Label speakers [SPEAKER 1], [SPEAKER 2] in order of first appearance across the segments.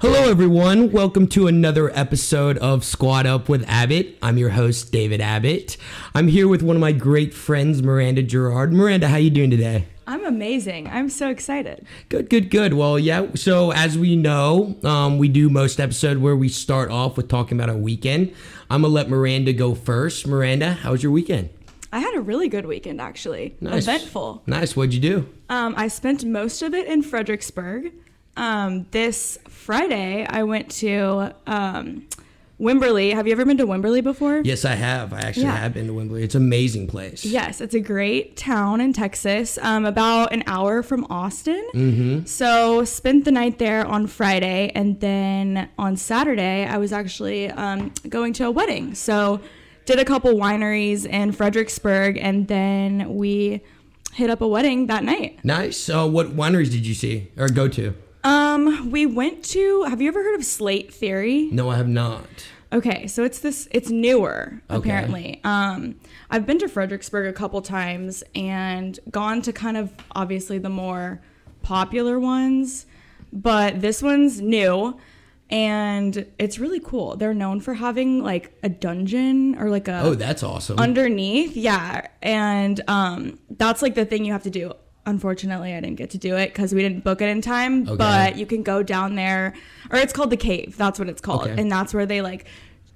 [SPEAKER 1] Hello, everyone. Welcome to another episode of Squad Up with Abbott. I'm your host, David Abbott. I'm here with one of my great friends, Miranda Gerard. Miranda, how you doing today?
[SPEAKER 2] I'm amazing. I'm so excited.
[SPEAKER 1] Good, good, good. Well, yeah. So as we know, um, we do most episode where we start off with talking about our weekend. I'm gonna let Miranda go first. Miranda, how was your weekend?
[SPEAKER 2] I had a really good weekend actually.
[SPEAKER 1] Nice.
[SPEAKER 2] Eventful.
[SPEAKER 1] Nice. What'd you do?
[SPEAKER 2] Um, I spent most of it in Fredericksburg. Um, this Friday, I went to um, Wimberley. Have you ever been to Wimberley before?
[SPEAKER 1] Yes, I have. I actually
[SPEAKER 2] Yeah.
[SPEAKER 1] have been to Wembley. It's an amazing place.
[SPEAKER 2] Yes, it's a great town in Texas, um, about an hour from Austin. Mm-hmm. So spent the night there on Friday, and then on Saturday I was actually um, going to a wedding. So did a couple wineries in Fredericksburg, and then we hit up a wedding that night.
[SPEAKER 1] Nice. Uh, what wineries did you see or go to?
[SPEAKER 2] Um, we went to. Have you ever heard of Slate Theory?
[SPEAKER 1] No, I have not.
[SPEAKER 2] Okay, so it's this it's newer apparently. Um I've been to Fredericksburg a couple times and gone to kind of obviously the more popular ones, but this one's new and it's really cool. They're known for having like a dungeon or like a
[SPEAKER 1] Oh, that's awesome.
[SPEAKER 2] underneath yeah and um that's like the thing you have to do unfortunately i didn't get to do it because we didn't book it in time
[SPEAKER 1] Okay.
[SPEAKER 2] but you can go down there or it's called the cave that's what it's called
[SPEAKER 1] Okay.
[SPEAKER 2] and that's where they like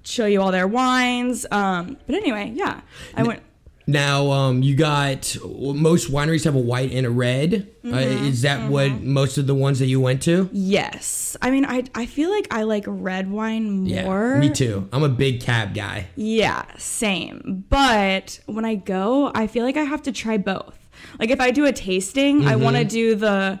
[SPEAKER 2] show you all their wines um but anyway yeah i went
[SPEAKER 1] Now, um, you got most wineries have a white and a red. Uh,
[SPEAKER 2] Mm-hmm.
[SPEAKER 1] is that what most of the ones that you went to?
[SPEAKER 2] yes i mean i i feel like i like red wine
[SPEAKER 1] Yeah,
[SPEAKER 2] more
[SPEAKER 1] me too. I'm a big cab guy.
[SPEAKER 2] Yeah, same. But when I go, I feel like I have to try both. Like if I do a tasting, I want to do the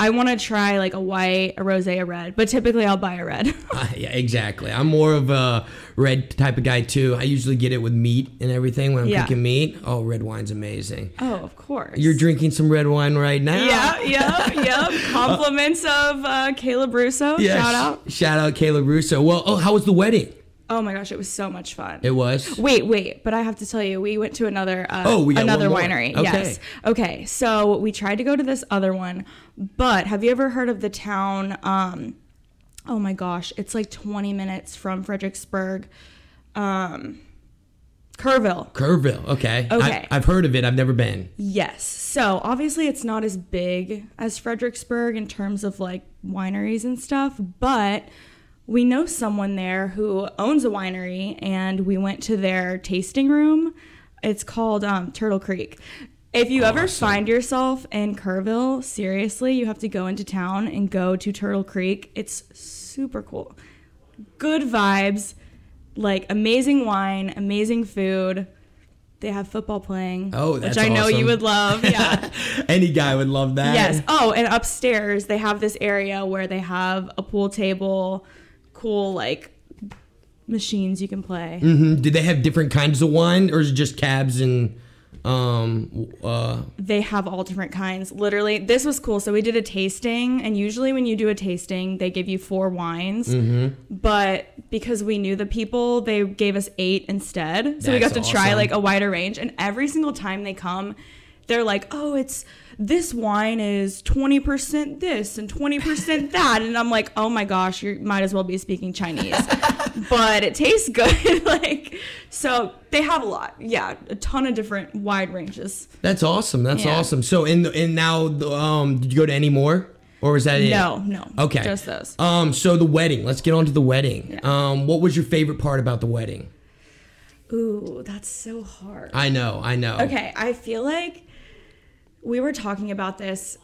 [SPEAKER 2] I want to try like a white, a rosé, a red, but typically I'll buy a red.
[SPEAKER 1] Uh, yeah, exactly. I'm more of a red type of guy too. I usually get it with meat and everything when I'm
[SPEAKER 2] Yeah.
[SPEAKER 1] cooking meat. Oh, red wine's amazing.
[SPEAKER 2] oh, of course.
[SPEAKER 1] You're drinking some red wine right now.
[SPEAKER 2] yeah, yeah, yeah. Compliments of uh, Caleb Russo.
[SPEAKER 1] Yeah,
[SPEAKER 2] Shout
[SPEAKER 1] sh-
[SPEAKER 2] out.
[SPEAKER 1] Shout out Caleb Russo. Well, oh, how was the wedding?
[SPEAKER 2] Oh my gosh, it was so much fun.
[SPEAKER 1] It was.
[SPEAKER 2] Wait, wait, but I have to tell you, we went to another uh,
[SPEAKER 1] Oh, we got
[SPEAKER 2] another
[SPEAKER 1] one more.
[SPEAKER 2] winery.
[SPEAKER 1] Okay.
[SPEAKER 2] Yes. Okay. So we tried to go to this other one, but have you ever heard of the town? Um, oh my gosh, it's like 20 minutes from Fredericksburg, um, Kerrville.
[SPEAKER 1] Kerrville. Okay.
[SPEAKER 2] Okay.
[SPEAKER 1] I, have heard of it. I've never been.
[SPEAKER 2] Yes. So obviously, it's not as big as Fredericksburg in terms of like wineries and stuff, but we know someone there who owns a winery, and we went to their tasting room. It's called um, Turtle Creek. If you ever find yourself in Kerrville, seriously, you have to go into town and go to Turtle Creek. It's super cool. Good vibes, like amazing wine, amazing food. They have football playing.
[SPEAKER 1] Oh, that's
[SPEAKER 2] Which I know
[SPEAKER 1] awesome.
[SPEAKER 2] you would love. Yeah.
[SPEAKER 1] Any guy would love that.
[SPEAKER 2] yes. Oh, and upstairs they have this area where they have a pool table, cool like machines you can play.
[SPEAKER 1] hmm Do they have different kinds of wine, or is it just cabs and um? w- Uh,
[SPEAKER 2] They have all different kinds. Literally, this was cool. So we did a tasting, and usually when you do a tasting, they give you four wines.
[SPEAKER 1] Mm-hmm.
[SPEAKER 2] But because we knew the people, they gave us eight instead. So we
[SPEAKER 1] That's
[SPEAKER 2] got to try
[SPEAKER 1] awesome.
[SPEAKER 2] like a wider range. And every single time they come, they're like, "Oh, it's this wine is 20% this and 20% that." And I'm like, "Oh my gosh, you might as well be speaking Chinese." but it tastes good like so they have a lot. Yeah, a ton of different wide ranges.
[SPEAKER 1] that's awesome. That's
[SPEAKER 2] Yeah.
[SPEAKER 1] awesome. So in the, and now the, um, did you go to any more, or was that it?
[SPEAKER 2] No, no.
[SPEAKER 1] Okay.
[SPEAKER 2] Just those.
[SPEAKER 1] Um. So the wedding. Let's get on to the wedding.
[SPEAKER 2] Yeah.
[SPEAKER 1] Um. What was your favorite part about the wedding?
[SPEAKER 2] Ooh, that's so hard.
[SPEAKER 1] I know. I know.
[SPEAKER 2] Okay, I feel like we were talking about this.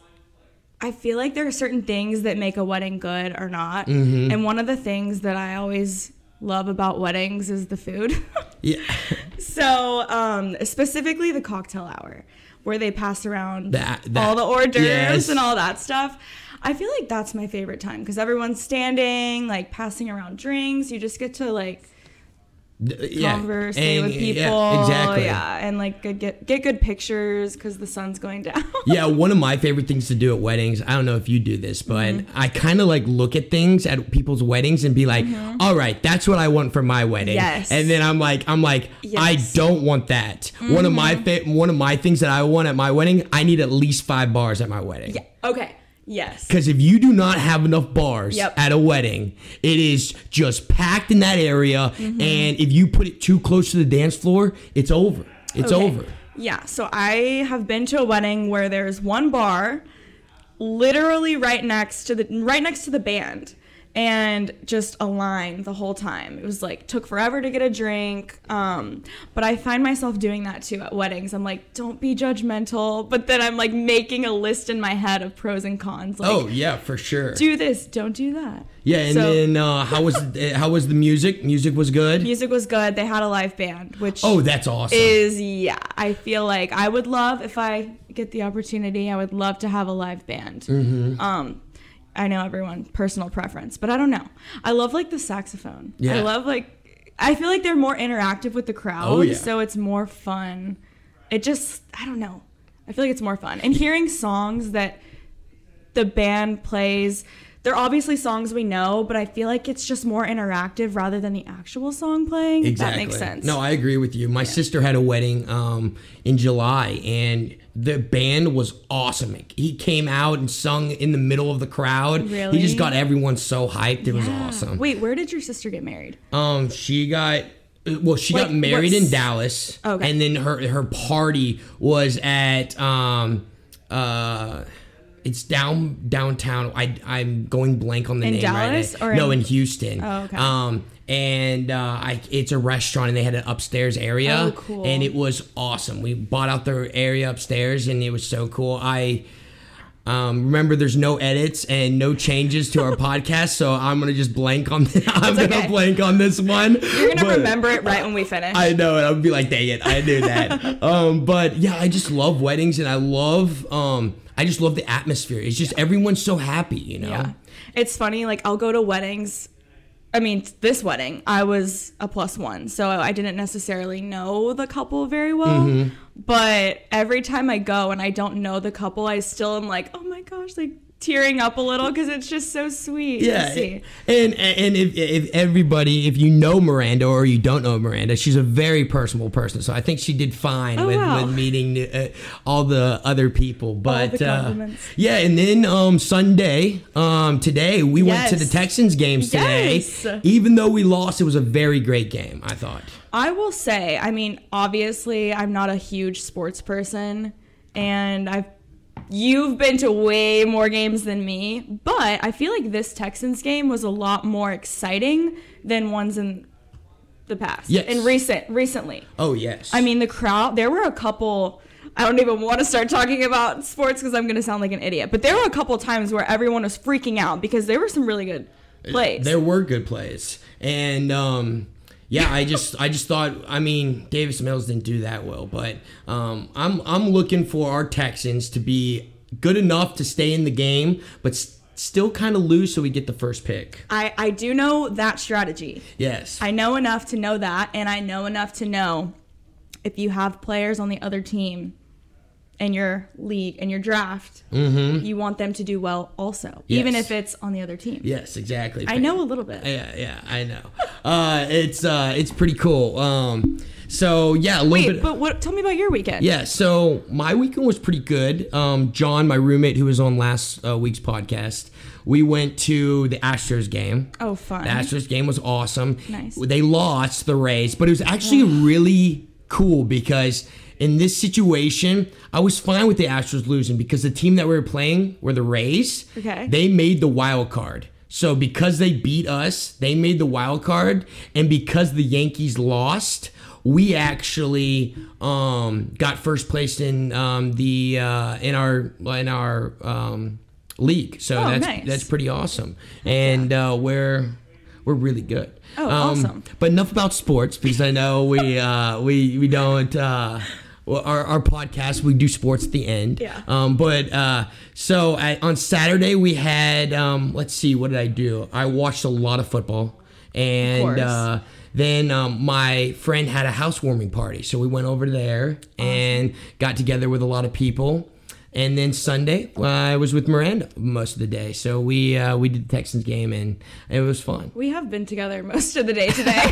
[SPEAKER 2] I feel like there are certain things that make a wedding good or not.
[SPEAKER 1] Mm-hmm.
[SPEAKER 2] And one of the things that I always love about weddings is the food.
[SPEAKER 1] Yeah.
[SPEAKER 2] so, um, specifically the cocktail hour, where they pass around
[SPEAKER 1] That- that-
[SPEAKER 2] all the hors d'oeuvres
[SPEAKER 1] yes.
[SPEAKER 2] and all that stuff. I feel like that's my favorite time because everyone's standing, like passing around drinks. You just get to like
[SPEAKER 1] D- yeah.
[SPEAKER 2] converse
[SPEAKER 1] And-
[SPEAKER 2] with people.
[SPEAKER 1] Yeah, exactly.
[SPEAKER 2] Yeah, and like good, get get good pictures because the sun's going down.
[SPEAKER 1] yeah, one of my favorite things to do at weddings, I don't know if you do this, but
[SPEAKER 2] Mm-hmm.
[SPEAKER 1] I kind of like look at things at people's weddings and be like, "All right, that's what I want for my wedding.
[SPEAKER 2] Mm-hmm. Yes.
[SPEAKER 1] And then I'm like, I'm like, I
[SPEAKER 2] Yes. Mm-hmm.
[SPEAKER 1] don't want that. One of my fa- one of my things that I want at my wedding, I need at least five bars at my wedding.
[SPEAKER 2] Yeah. Okay. Yes.
[SPEAKER 1] Because if you do not have enough bars
[SPEAKER 2] Yep.
[SPEAKER 1] at a wedding, it is just packed in that area.
[SPEAKER 2] Mm-hmm.
[SPEAKER 1] And if you put it too close to the dance floor, it's over. It's
[SPEAKER 2] Okay.
[SPEAKER 1] over.
[SPEAKER 2] Yeah. So I have been to a wedding where there's one bar, literally right next to the right next to the band, and just a line the whole time. It was like took forever to get a drink. Um, but I find myself doing that too at weddings. I'm like, don't be judgmental, but then I'm like making a list in my head of pros and cons. Like,
[SPEAKER 1] Oh yeah, for sure.
[SPEAKER 2] do this, don't do that.
[SPEAKER 1] yeah, and
[SPEAKER 2] so-
[SPEAKER 1] then uh, how was uh, how was the music? Music was good.
[SPEAKER 2] Music was good. They had a live band, which
[SPEAKER 1] Oh, that's awesome.
[SPEAKER 2] is yeah i feel like i would love if i get the opportunity i would love to have a live band
[SPEAKER 1] Mm-hmm.
[SPEAKER 2] um i know everyone personal preference but i don't know i love like the saxophone
[SPEAKER 1] Yeah.
[SPEAKER 2] i love like i feel like they're more interactive with the crowd
[SPEAKER 1] Oh, yeah.
[SPEAKER 2] so it's more fun it just i don't know i feel like it's more fun and hearing songs that the band plays they're obviously songs we know, but I feel like it's just more interactive rather than the actual song playing. if
[SPEAKER 1] exactly.
[SPEAKER 2] That makes sense.
[SPEAKER 1] No, I agree with you. My sister had a wedding um, in July, and the band was awesome. He came out and sung in the middle of the crowd. He
[SPEAKER 2] Really?
[SPEAKER 1] just got everyone so hyped. It was
[SPEAKER 2] Yeah.
[SPEAKER 1] awesome.
[SPEAKER 2] Ah. Wait, where did your sister get married?
[SPEAKER 1] Um, she got well, she
[SPEAKER 2] Like,
[SPEAKER 1] got married
[SPEAKER 2] what's-
[SPEAKER 1] in Dallas,
[SPEAKER 2] Okay.
[SPEAKER 1] and then her her party was at um uh. It's down downtown. I I'm going blank on the
[SPEAKER 2] In
[SPEAKER 1] name
[SPEAKER 2] Dallas
[SPEAKER 1] right now.
[SPEAKER 2] or
[SPEAKER 1] no,
[SPEAKER 2] in-
[SPEAKER 1] in Houston.
[SPEAKER 2] Oh, okay.
[SPEAKER 1] Um, and uh, I it's a restaurant, and they had an upstairs area,
[SPEAKER 2] Oh, cool.
[SPEAKER 1] and it was awesome. We bought out the area upstairs, and it was so cool. I um, remember, there's no edits and no changes to our podcast, so I'm gonna just blank on. I'm
[SPEAKER 2] okay.
[SPEAKER 1] gonna blank on this one.
[SPEAKER 2] You're gonna
[SPEAKER 1] but
[SPEAKER 2] remember it right when we finish.
[SPEAKER 1] I know, and I'll be like, "Dang it, I knew that." um, but yeah, I just love weddings, and I love, um, I just love the atmosphere. It's just everyone's so happy, you know.
[SPEAKER 2] yeah. It's funny, like I'll go to weddings. I mean, this wedding, I was a plus one, so I didn't necessarily know the couple very well.
[SPEAKER 1] Mm-hmm.
[SPEAKER 2] But every time I go and I don't know the couple, I still am like, oh my gosh, like tearing up a little because it's just so sweet. to
[SPEAKER 1] Yeah,
[SPEAKER 2] see.
[SPEAKER 1] and and if, if everybody, if you know Miranda or you don't know Miranda, she's a very personable person. So I think she did fine
[SPEAKER 2] Oh,
[SPEAKER 1] with,
[SPEAKER 2] wow.
[SPEAKER 1] with meeting uh, all the other people. But
[SPEAKER 2] the
[SPEAKER 1] uh,
[SPEAKER 2] compliments.
[SPEAKER 1] yeah, and then um, Sunday, um, today we went to the
[SPEAKER 2] Yes.
[SPEAKER 1] Texans games today.
[SPEAKER 2] Yes.
[SPEAKER 1] Even though we lost, it was a very great game. I thought.
[SPEAKER 2] I will say, I mean, obviously, I'm not a huge sports person, and I've you've been to way more games than me, but I feel like this Texans game was a lot more exciting than ones in the past.
[SPEAKER 1] Yes.
[SPEAKER 2] In recent recently.
[SPEAKER 1] Oh yes.
[SPEAKER 2] I mean, the crowd, there were a couple. I don't even want to start talking about sports because I'm going to sound like an idiot. But there were a couple times where everyone was freaking out because there were some really good plays.
[SPEAKER 1] There were good plays, and um, yeah, I just I just thought I mean Davis Mills didn't do that well, but um, I'm I'm looking for our Texans to be good enough to stay in the game, but s- still kind of lose so we get the first pick.
[SPEAKER 2] I, I do know that strategy.
[SPEAKER 1] Yes,
[SPEAKER 2] I know enough to know that, and I know enough to know if you have players on the other team in your league in your draft, you want them to do well also, even
[SPEAKER 1] Mm-hmm. Yes.
[SPEAKER 2] if it's on the other team.
[SPEAKER 1] yes, exactly.
[SPEAKER 2] I know a little bit.
[SPEAKER 1] Yeah, yeah, I know. Uh, it's uh, it's pretty cool. Um, so yeah, a little
[SPEAKER 2] Wait,
[SPEAKER 1] bit.
[SPEAKER 2] but what? Tell me about your weekend.
[SPEAKER 1] Yeah, so my weekend was pretty good. Um, John, my roommate who was on last uh, week's podcast, we went to the Astros game.
[SPEAKER 2] Oh, fun.
[SPEAKER 1] The Astros game was awesome.
[SPEAKER 2] Nice.
[SPEAKER 1] They lost the Rays, but it was actually really cool because in this situation, I was fine with the Astros losing because the team that we were playing were the Rays.
[SPEAKER 2] Okay.
[SPEAKER 1] They made the wild card. So because they beat us, they made the wild card, and because the Yankees lost, we actually um, got first place in um, the uh, in our in our um, league. So
[SPEAKER 2] Oh,
[SPEAKER 1] that's
[SPEAKER 2] nice.
[SPEAKER 1] that's pretty awesome, and uh, we're we're really good. Um,
[SPEAKER 2] Oh, awesome.
[SPEAKER 1] But enough about sports because I know we uh, we we don't. Uh, well, our, our podcast we do sports at the end
[SPEAKER 2] Yeah.
[SPEAKER 1] um, but uh, so I, on saturday we had um, let's see what did i do i watched a lot of football and
[SPEAKER 2] course.
[SPEAKER 1] uh, then um, my friend had a housewarming party so we went over there and got together with a lot of people And then Sunday, I was with Miranda most of the day. So we uh, we did the Texans game, and it was fun.
[SPEAKER 2] We have been together most of the day today.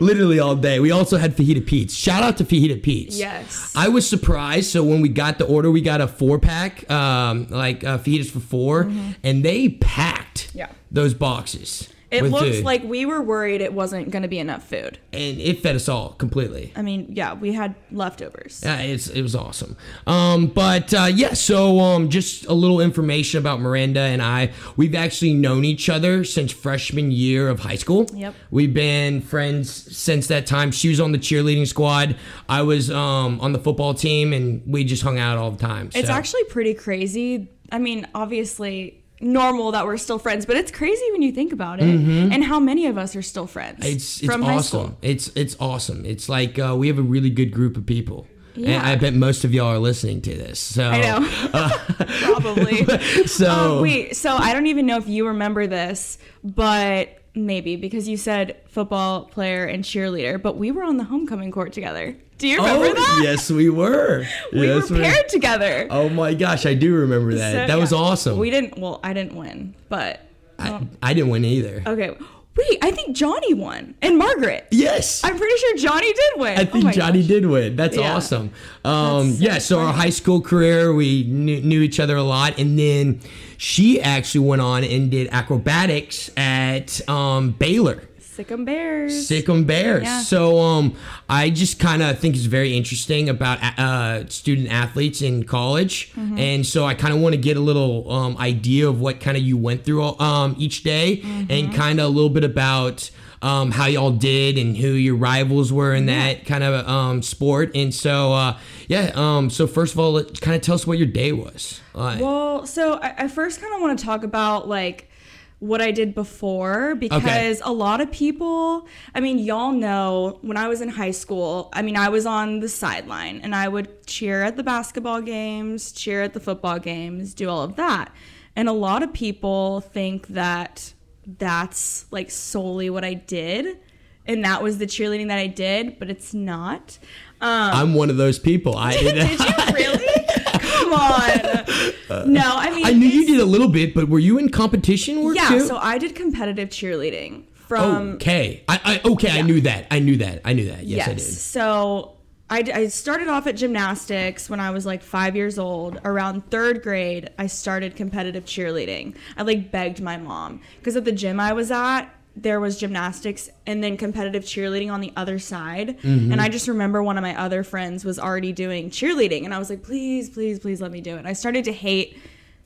[SPEAKER 1] Literally all day. We also had fajita Pete's. Shout out to fajita Pete's.
[SPEAKER 2] Yes.
[SPEAKER 1] I was surprised. So when we got the order, we got a four pack, um, like uh, fajitas for 4 and they packed
[SPEAKER 2] Yeah.
[SPEAKER 1] those boxes.
[SPEAKER 2] it
[SPEAKER 1] with
[SPEAKER 2] looks
[SPEAKER 1] food.
[SPEAKER 2] like we were worried it wasn't going to be enough food.
[SPEAKER 1] and it fed us all completely.
[SPEAKER 2] I mean, yeah, we had leftovers.
[SPEAKER 1] Yeah, it's it was awesome. Um, but uh, yeah, so um, just a little information about Miranda and I. We've actually known each other since freshman year of high school.
[SPEAKER 2] Yep.
[SPEAKER 1] We've been friends since that time. She was on the cheerleading squad. I was um, on the football team, and we just hung out all the time.
[SPEAKER 2] It's
[SPEAKER 1] so.
[SPEAKER 2] actually pretty crazy. I mean, obviously normal that we're still friends, but it's crazy when you think about it and how many of us are still friends
[SPEAKER 1] Mm-hmm. It's, it's
[SPEAKER 2] from
[SPEAKER 1] awesome.
[SPEAKER 2] high school.
[SPEAKER 1] It's it's awesome. It's like uh, we have a really good group of people.
[SPEAKER 2] Yeah.
[SPEAKER 1] And I bet most of y'all are listening to this. So
[SPEAKER 2] I know.
[SPEAKER 1] Oh.
[SPEAKER 2] Probably.
[SPEAKER 1] So
[SPEAKER 2] Um, wait, so I don't even know if you remember this, but maybe because you said football player and cheerleader, but we were on the homecoming court together. Do you remember
[SPEAKER 1] oh,
[SPEAKER 2] that?
[SPEAKER 1] yes, we were.
[SPEAKER 2] We
[SPEAKER 1] yes,
[SPEAKER 2] were paired together.
[SPEAKER 1] Oh my gosh, I do remember that.
[SPEAKER 2] So,
[SPEAKER 1] that was
[SPEAKER 2] yeah.
[SPEAKER 1] awesome.
[SPEAKER 2] We didn't, well, I didn't win, but
[SPEAKER 1] I, I didn't win either.
[SPEAKER 2] okay. Wait, I think Johnny won and Margaret.
[SPEAKER 1] yes. I,
[SPEAKER 2] I'm pretty sure Johnny did win. Oh
[SPEAKER 1] think
[SPEAKER 2] my
[SPEAKER 1] Johnny did win. That's
[SPEAKER 2] Yeah.
[SPEAKER 1] awesome. Um,
[SPEAKER 2] That's so
[SPEAKER 1] yeah, so our
[SPEAKER 2] funny.
[SPEAKER 1] high school career, we knew, knew each other a lot. And then she actually went on and did acrobatics at um, Baylor.
[SPEAKER 2] gosh. Sick 'em Bears.
[SPEAKER 1] Sikkim Bears.
[SPEAKER 2] Yeah.
[SPEAKER 1] So um, I just kind of think it's very interesting about a- uh, student athletes in college,
[SPEAKER 2] Mm-hmm.
[SPEAKER 1] and so I kind of want to get a little um, idea of what kind of you went through um, each day,
[SPEAKER 2] Mm-hmm.
[SPEAKER 1] and kind of a little bit about. Um, how y'all did and who your rivals were in that kind of um, sport, and so uh, yeah. Um, so first of all, let kind of tell us what your day was. Uh, Like,
[SPEAKER 2] Well, so I, I first kind of want to talk about like what I did before because a lot of people, I mean, y'all know when I was in high school, I mean, I was on the sideline and I would cheer at the basketball games, cheer at the football games, do all of that. And a lot of people think that that's like solely what I did and that was the cheerleading that I did, but it's not. Um,
[SPEAKER 1] I'm one of those people. I
[SPEAKER 2] did you really? Come on. No, I mean,
[SPEAKER 1] I knew you
[SPEAKER 2] it's-
[SPEAKER 1] did a little bit, but were you in competition work
[SPEAKER 2] Yeah,
[SPEAKER 1] too?
[SPEAKER 2] so I did competitive cheerleading from.
[SPEAKER 1] okay. I, I okay. I knew that. I knew that. I knew that. Yes,
[SPEAKER 2] yes.
[SPEAKER 1] I did.
[SPEAKER 2] So I, d- I started off at gymnastics when I was like five years old. Around third grade, I started competitive cheerleading. I like begged my mom because at the gym I was at, there was gymnastics and then competitive cheerleading on the other side. And I just remember one of my other friends was already doing cheerleading. And I was like, please, please, please let me do it. And I started to hate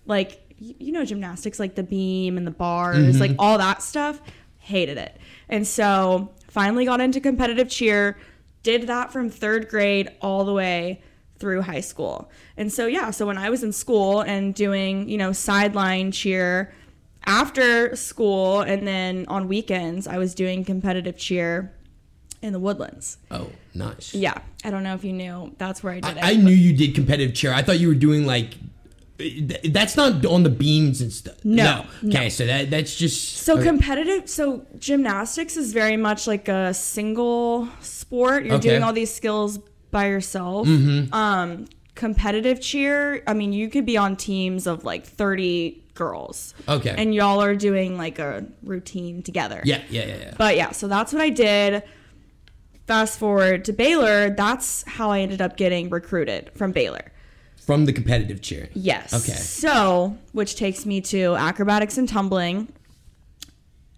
[SPEAKER 2] like y- you know gymnastics like the beam and the bars like all that stuff hated it and so finally got into competitive cheer did that from third grade all the way through high school and so yeah so when i was in school and doing you know sideline cheer after school and then on weekends i was doing competitive cheer in the woodlands
[SPEAKER 1] Oh, nice.
[SPEAKER 2] yeah i don't know if you knew that's where i did it
[SPEAKER 1] I knew you did competitive cheer. I thought you were doing like. th- That's not on the beams and stuff.
[SPEAKER 2] No,
[SPEAKER 1] Okay, so that that's just
[SPEAKER 2] So
[SPEAKER 1] okay.
[SPEAKER 2] competitive, so gymnastics is very much like a single sport. You're
[SPEAKER 1] Okay. Mm-hmm.
[SPEAKER 2] doing all these skills by yourself. Um, competitive cheer, I mean, you could be on teams of like 30 girls.
[SPEAKER 1] Okay.
[SPEAKER 2] And y'all are doing like a routine together.
[SPEAKER 1] yeah, yeah, yeah, yeah.
[SPEAKER 2] But yeah, so that's what I did. Fast forward to Baylor, that's how I ended up getting recruited from Baylor.
[SPEAKER 1] From the competitive cheer.
[SPEAKER 2] Yes.
[SPEAKER 1] Okay.
[SPEAKER 2] So, which takes me to acrobatics and tumbling.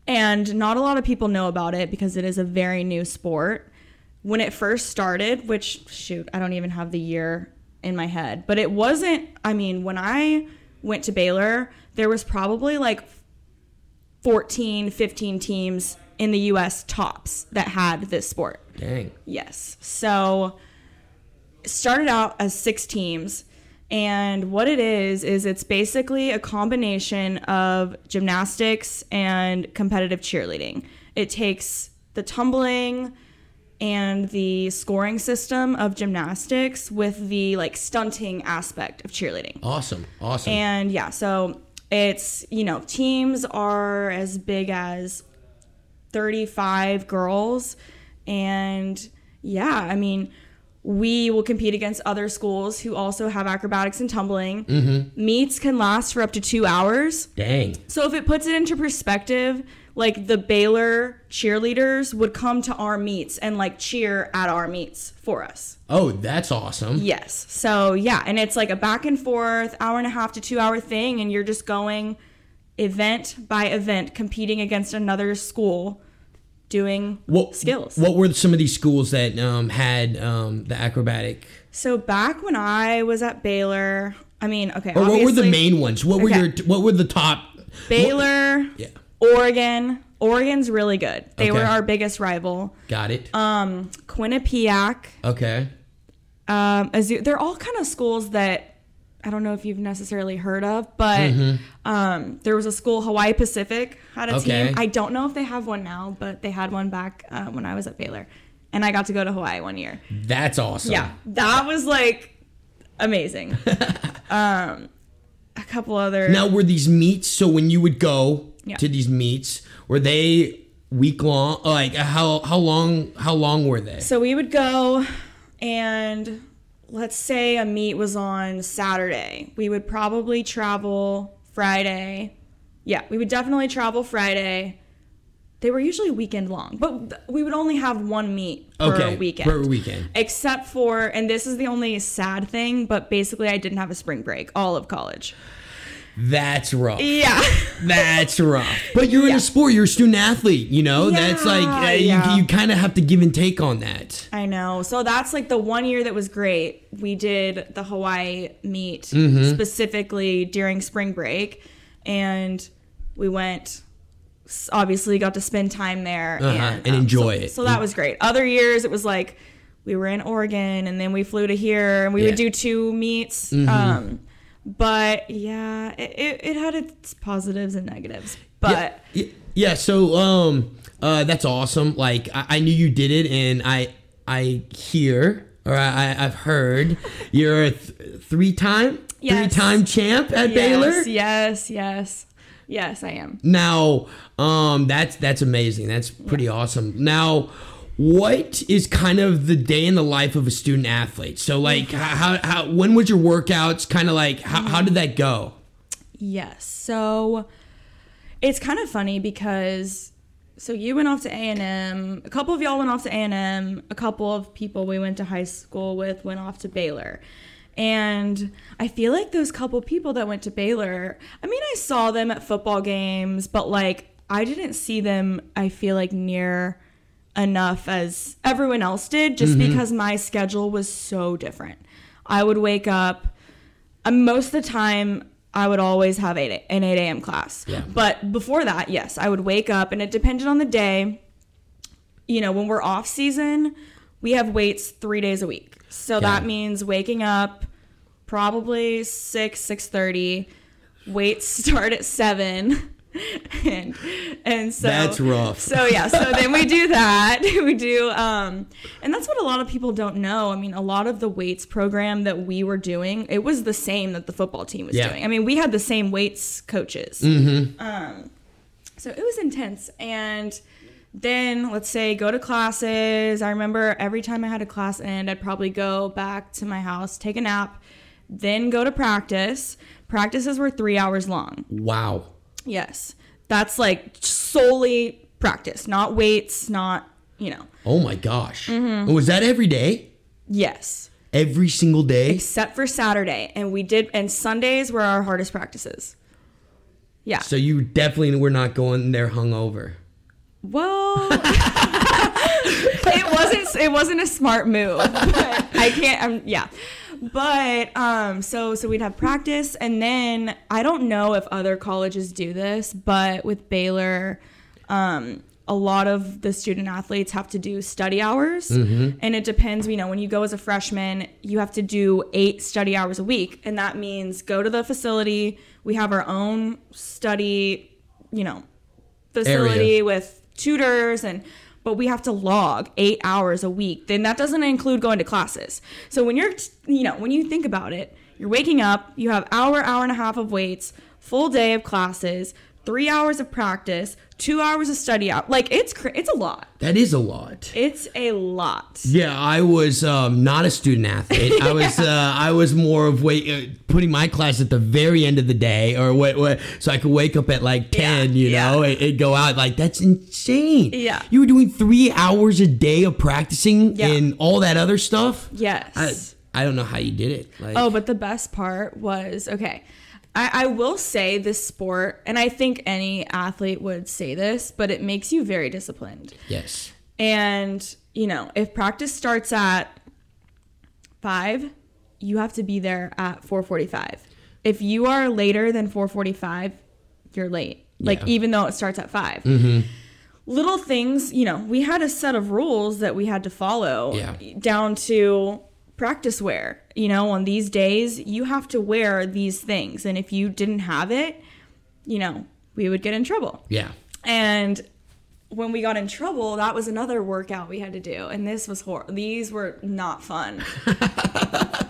[SPEAKER 2] And not a lot of people know about it because it is a very new sport. When it first started, which, shoot, I don't even have the year in my head, but it wasn't, I mean, when I went to Baylor, there was probably like 14, 15 teams in the US tops that had this sport.
[SPEAKER 1] Dang.
[SPEAKER 2] Yes. So it started out as six teams. And what it is, is it's basically a combination of gymnastics and competitive cheerleading. It takes the tumbling and the scoring system of gymnastics with the like stunting aspect of cheerleading.
[SPEAKER 1] Awesome. Awesome.
[SPEAKER 2] And yeah, so it's, you know, teams are as big as 35 girls. And yeah, I mean, we will compete against other schools who also have acrobatics and tumbling. Meets can last for up to two hours.
[SPEAKER 1] Dang.
[SPEAKER 2] So if it puts it into perspective, like the Baylor cheerleaders would come to our meets and like cheer at our meets for us.
[SPEAKER 1] Oh, that's awesome.
[SPEAKER 2] Yes. So yeah, and it's like a back and forth, hour and a half to two hour thing, and you're just going event by event, competing against another school, doing
[SPEAKER 1] What
[SPEAKER 2] skills.
[SPEAKER 1] What were some of these schools that um, had um, the acrobatic?
[SPEAKER 2] so back when I was at Baylor, I mean, okay,
[SPEAKER 1] Or what were the
[SPEAKER 2] obviously,
[SPEAKER 1] main ones? What were
[SPEAKER 2] Okay.
[SPEAKER 1] your? What were the top?
[SPEAKER 2] Baylor,
[SPEAKER 1] Yeah.
[SPEAKER 2] Oregon. Oregon's really good. They were
[SPEAKER 1] Okay.
[SPEAKER 2] our biggest rival.
[SPEAKER 1] Got it.
[SPEAKER 2] Um, Quinnipiac,
[SPEAKER 1] okay.
[SPEAKER 2] um, Azu- they're all kind of schools that I don't know if you've necessarily heard of, but um, there was a school, Hawaii Pacific, had a
[SPEAKER 1] Okay.
[SPEAKER 2] team. I don't know if they have one now, but they had one back uh, when I was at Baylor, and I got to go to Hawaii one year.
[SPEAKER 1] That's awesome.
[SPEAKER 2] Yeah, that was like amazing. um, a couple other
[SPEAKER 1] Now were these meets? So when you would go
[SPEAKER 2] Yeah.
[SPEAKER 1] to these meets, were they week long? Like how how long how long were they?
[SPEAKER 2] So we would go and let's say a meet was on Saturday. We would probably travel Friday. Yeah, we would definitely travel Friday. They were usually weekend long, but th- we would only have one meet per
[SPEAKER 1] okay.
[SPEAKER 2] weekend.
[SPEAKER 1] Per weekend.
[SPEAKER 2] Except for, and this is the only sad thing, but basically I didn't have a spring break all of college.
[SPEAKER 1] That's rough.
[SPEAKER 2] Yeah.
[SPEAKER 1] That's rough. But you're in a sport. You're a student athlete. You know. That's like
[SPEAKER 2] Yeah,
[SPEAKER 1] uh, you-
[SPEAKER 2] yeah.
[SPEAKER 1] you, kind of have to give and take on that.
[SPEAKER 2] I know. So that's like the one year that was great. We did the Hawaii meet
[SPEAKER 1] Mm-hmm.
[SPEAKER 2] specifically during spring break, and we went. s- Obviously, got to spend time there
[SPEAKER 1] Uh-huh,
[SPEAKER 2] um,
[SPEAKER 1] and enjoy
[SPEAKER 2] so,
[SPEAKER 1] it.
[SPEAKER 2] So that was great. Other years, it was like we were in Oregon, and then we flew to here, and we
[SPEAKER 1] Yeah. Mm-hmm.
[SPEAKER 2] would do two meets. Um, but yeah, it, it, it had its positives and negatives. But
[SPEAKER 1] yeah, yeah so um uh that's awesome like I, I knew you did it and i i hear or I, I, I've heard you're a th- three-time,
[SPEAKER 2] Yes.
[SPEAKER 1] three-time champ at
[SPEAKER 2] yes,
[SPEAKER 1] Baylor.
[SPEAKER 2] yes, yes, yes, I am.
[SPEAKER 1] Now, um, that's that's amazing. That's pretty awesome. Now, what is kind of the day in the life of a student athlete? So, like, h- how, how when was your workouts? Kind of like, how, how did that go?
[SPEAKER 2] Yes. So it's kind of funny because so you went off to A and M. A couple of y'all went off to A and M. A couple of people we went to high school with went off to Baylor. And I feel like those couple people that went to Baylor, I mean, I saw them at football games, but like I didn't see them, I feel like, near enough as everyone else did just because my schedule was so different. I would wake up um, most of the time I would always have 8 a- an 8 a.m. class.
[SPEAKER 1] Yeah.
[SPEAKER 2] But before that, yes, I would wake up and it depended on the day. You know, when we're off season, we have weights three days a week. So that means waking up probably 6, 6.30. Weights start at 7. and, and so
[SPEAKER 1] That's rough.
[SPEAKER 2] so yeah, so then we do that. We do, um, and that's what a lot of people don't know. I mean, a lot of the weights program that we were doing, it was the same that the football team was
[SPEAKER 1] Yeah.
[SPEAKER 2] doing. I mean, we had the same weights coaches. Um, so it was intense. And then let's say go to classes. I remember every time I had a class end, I'd probably go back to my house, take a nap, then go to practice. Practices were three hours long.
[SPEAKER 1] Wow.
[SPEAKER 2] Yes. That's like solely practice, not weights, not, you know.
[SPEAKER 1] Oh my gosh. And Was that every day?
[SPEAKER 2] Yes.
[SPEAKER 1] Every single day?
[SPEAKER 2] Except for Saturday. And we did, and Sundays were our hardest practices. Yeah.
[SPEAKER 1] So you definitely were not going there hungover.
[SPEAKER 2] well, it wasn't, it wasn't a smart move. But I can't, um, yeah. But um, so so we'd have practice, and then I don't know if other colleges do this, but with Baylor, um, a lot of the student athletes have to do study hours and it depends you know when you go as a freshman you have to do eight study hours a week and that means go to the facility we have our own study you know facility
[SPEAKER 1] Area.
[SPEAKER 2] with tutors and but we have to log eight hours a week then that doesn't include going to classes so when you're you know when you think about it you're waking up you have hour hour and a half of weights full day of classes three hours of practice, two hours of study out. Like it's cra- it's a lot.
[SPEAKER 1] That is a lot.
[SPEAKER 2] It's a lot.
[SPEAKER 1] Yeah, I was um, not a student athlete. I was uh, I was more of wait, uh, putting my class at the very end of the day, or what, what so I could wake up at like ten, you
[SPEAKER 2] yeah.
[SPEAKER 1] know, and, and go out. Like that's insane.
[SPEAKER 2] Yeah.
[SPEAKER 1] you were doing three hours a day of practicing
[SPEAKER 2] Yeah.
[SPEAKER 1] and all that other stuff.
[SPEAKER 2] Yes.
[SPEAKER 1] I, I don't know how you did it. Like,
[SPEAKER 2] Oh, but the best part was okay. I, I will say this sport, and I think any athlete would say this, but it makes you very disciplined.
[SPEAKER 1] yes,
[SPEAKER 2] And, you know, if practice starts at five, you have to be there at four forty five. If you are later than four forty five, you're late. Like
[SPEAKER 1] Yeah. Mm-hmm.
[SPEAKER 2] even though it starts at 5 Little things, you know, we had a set of rules that we had to follow
[SPEAKER 1] Yeah.
[SPEAKER 2] down to practice wear. You know, on these days, you have to wear these things. And if you didn't have it, you know, we would get in trouble.
[SPEAKER 1] yeah.
[SPEAKER 2] And when we got in trouble, that was another workout we had to do, and this was hor. These were not fun.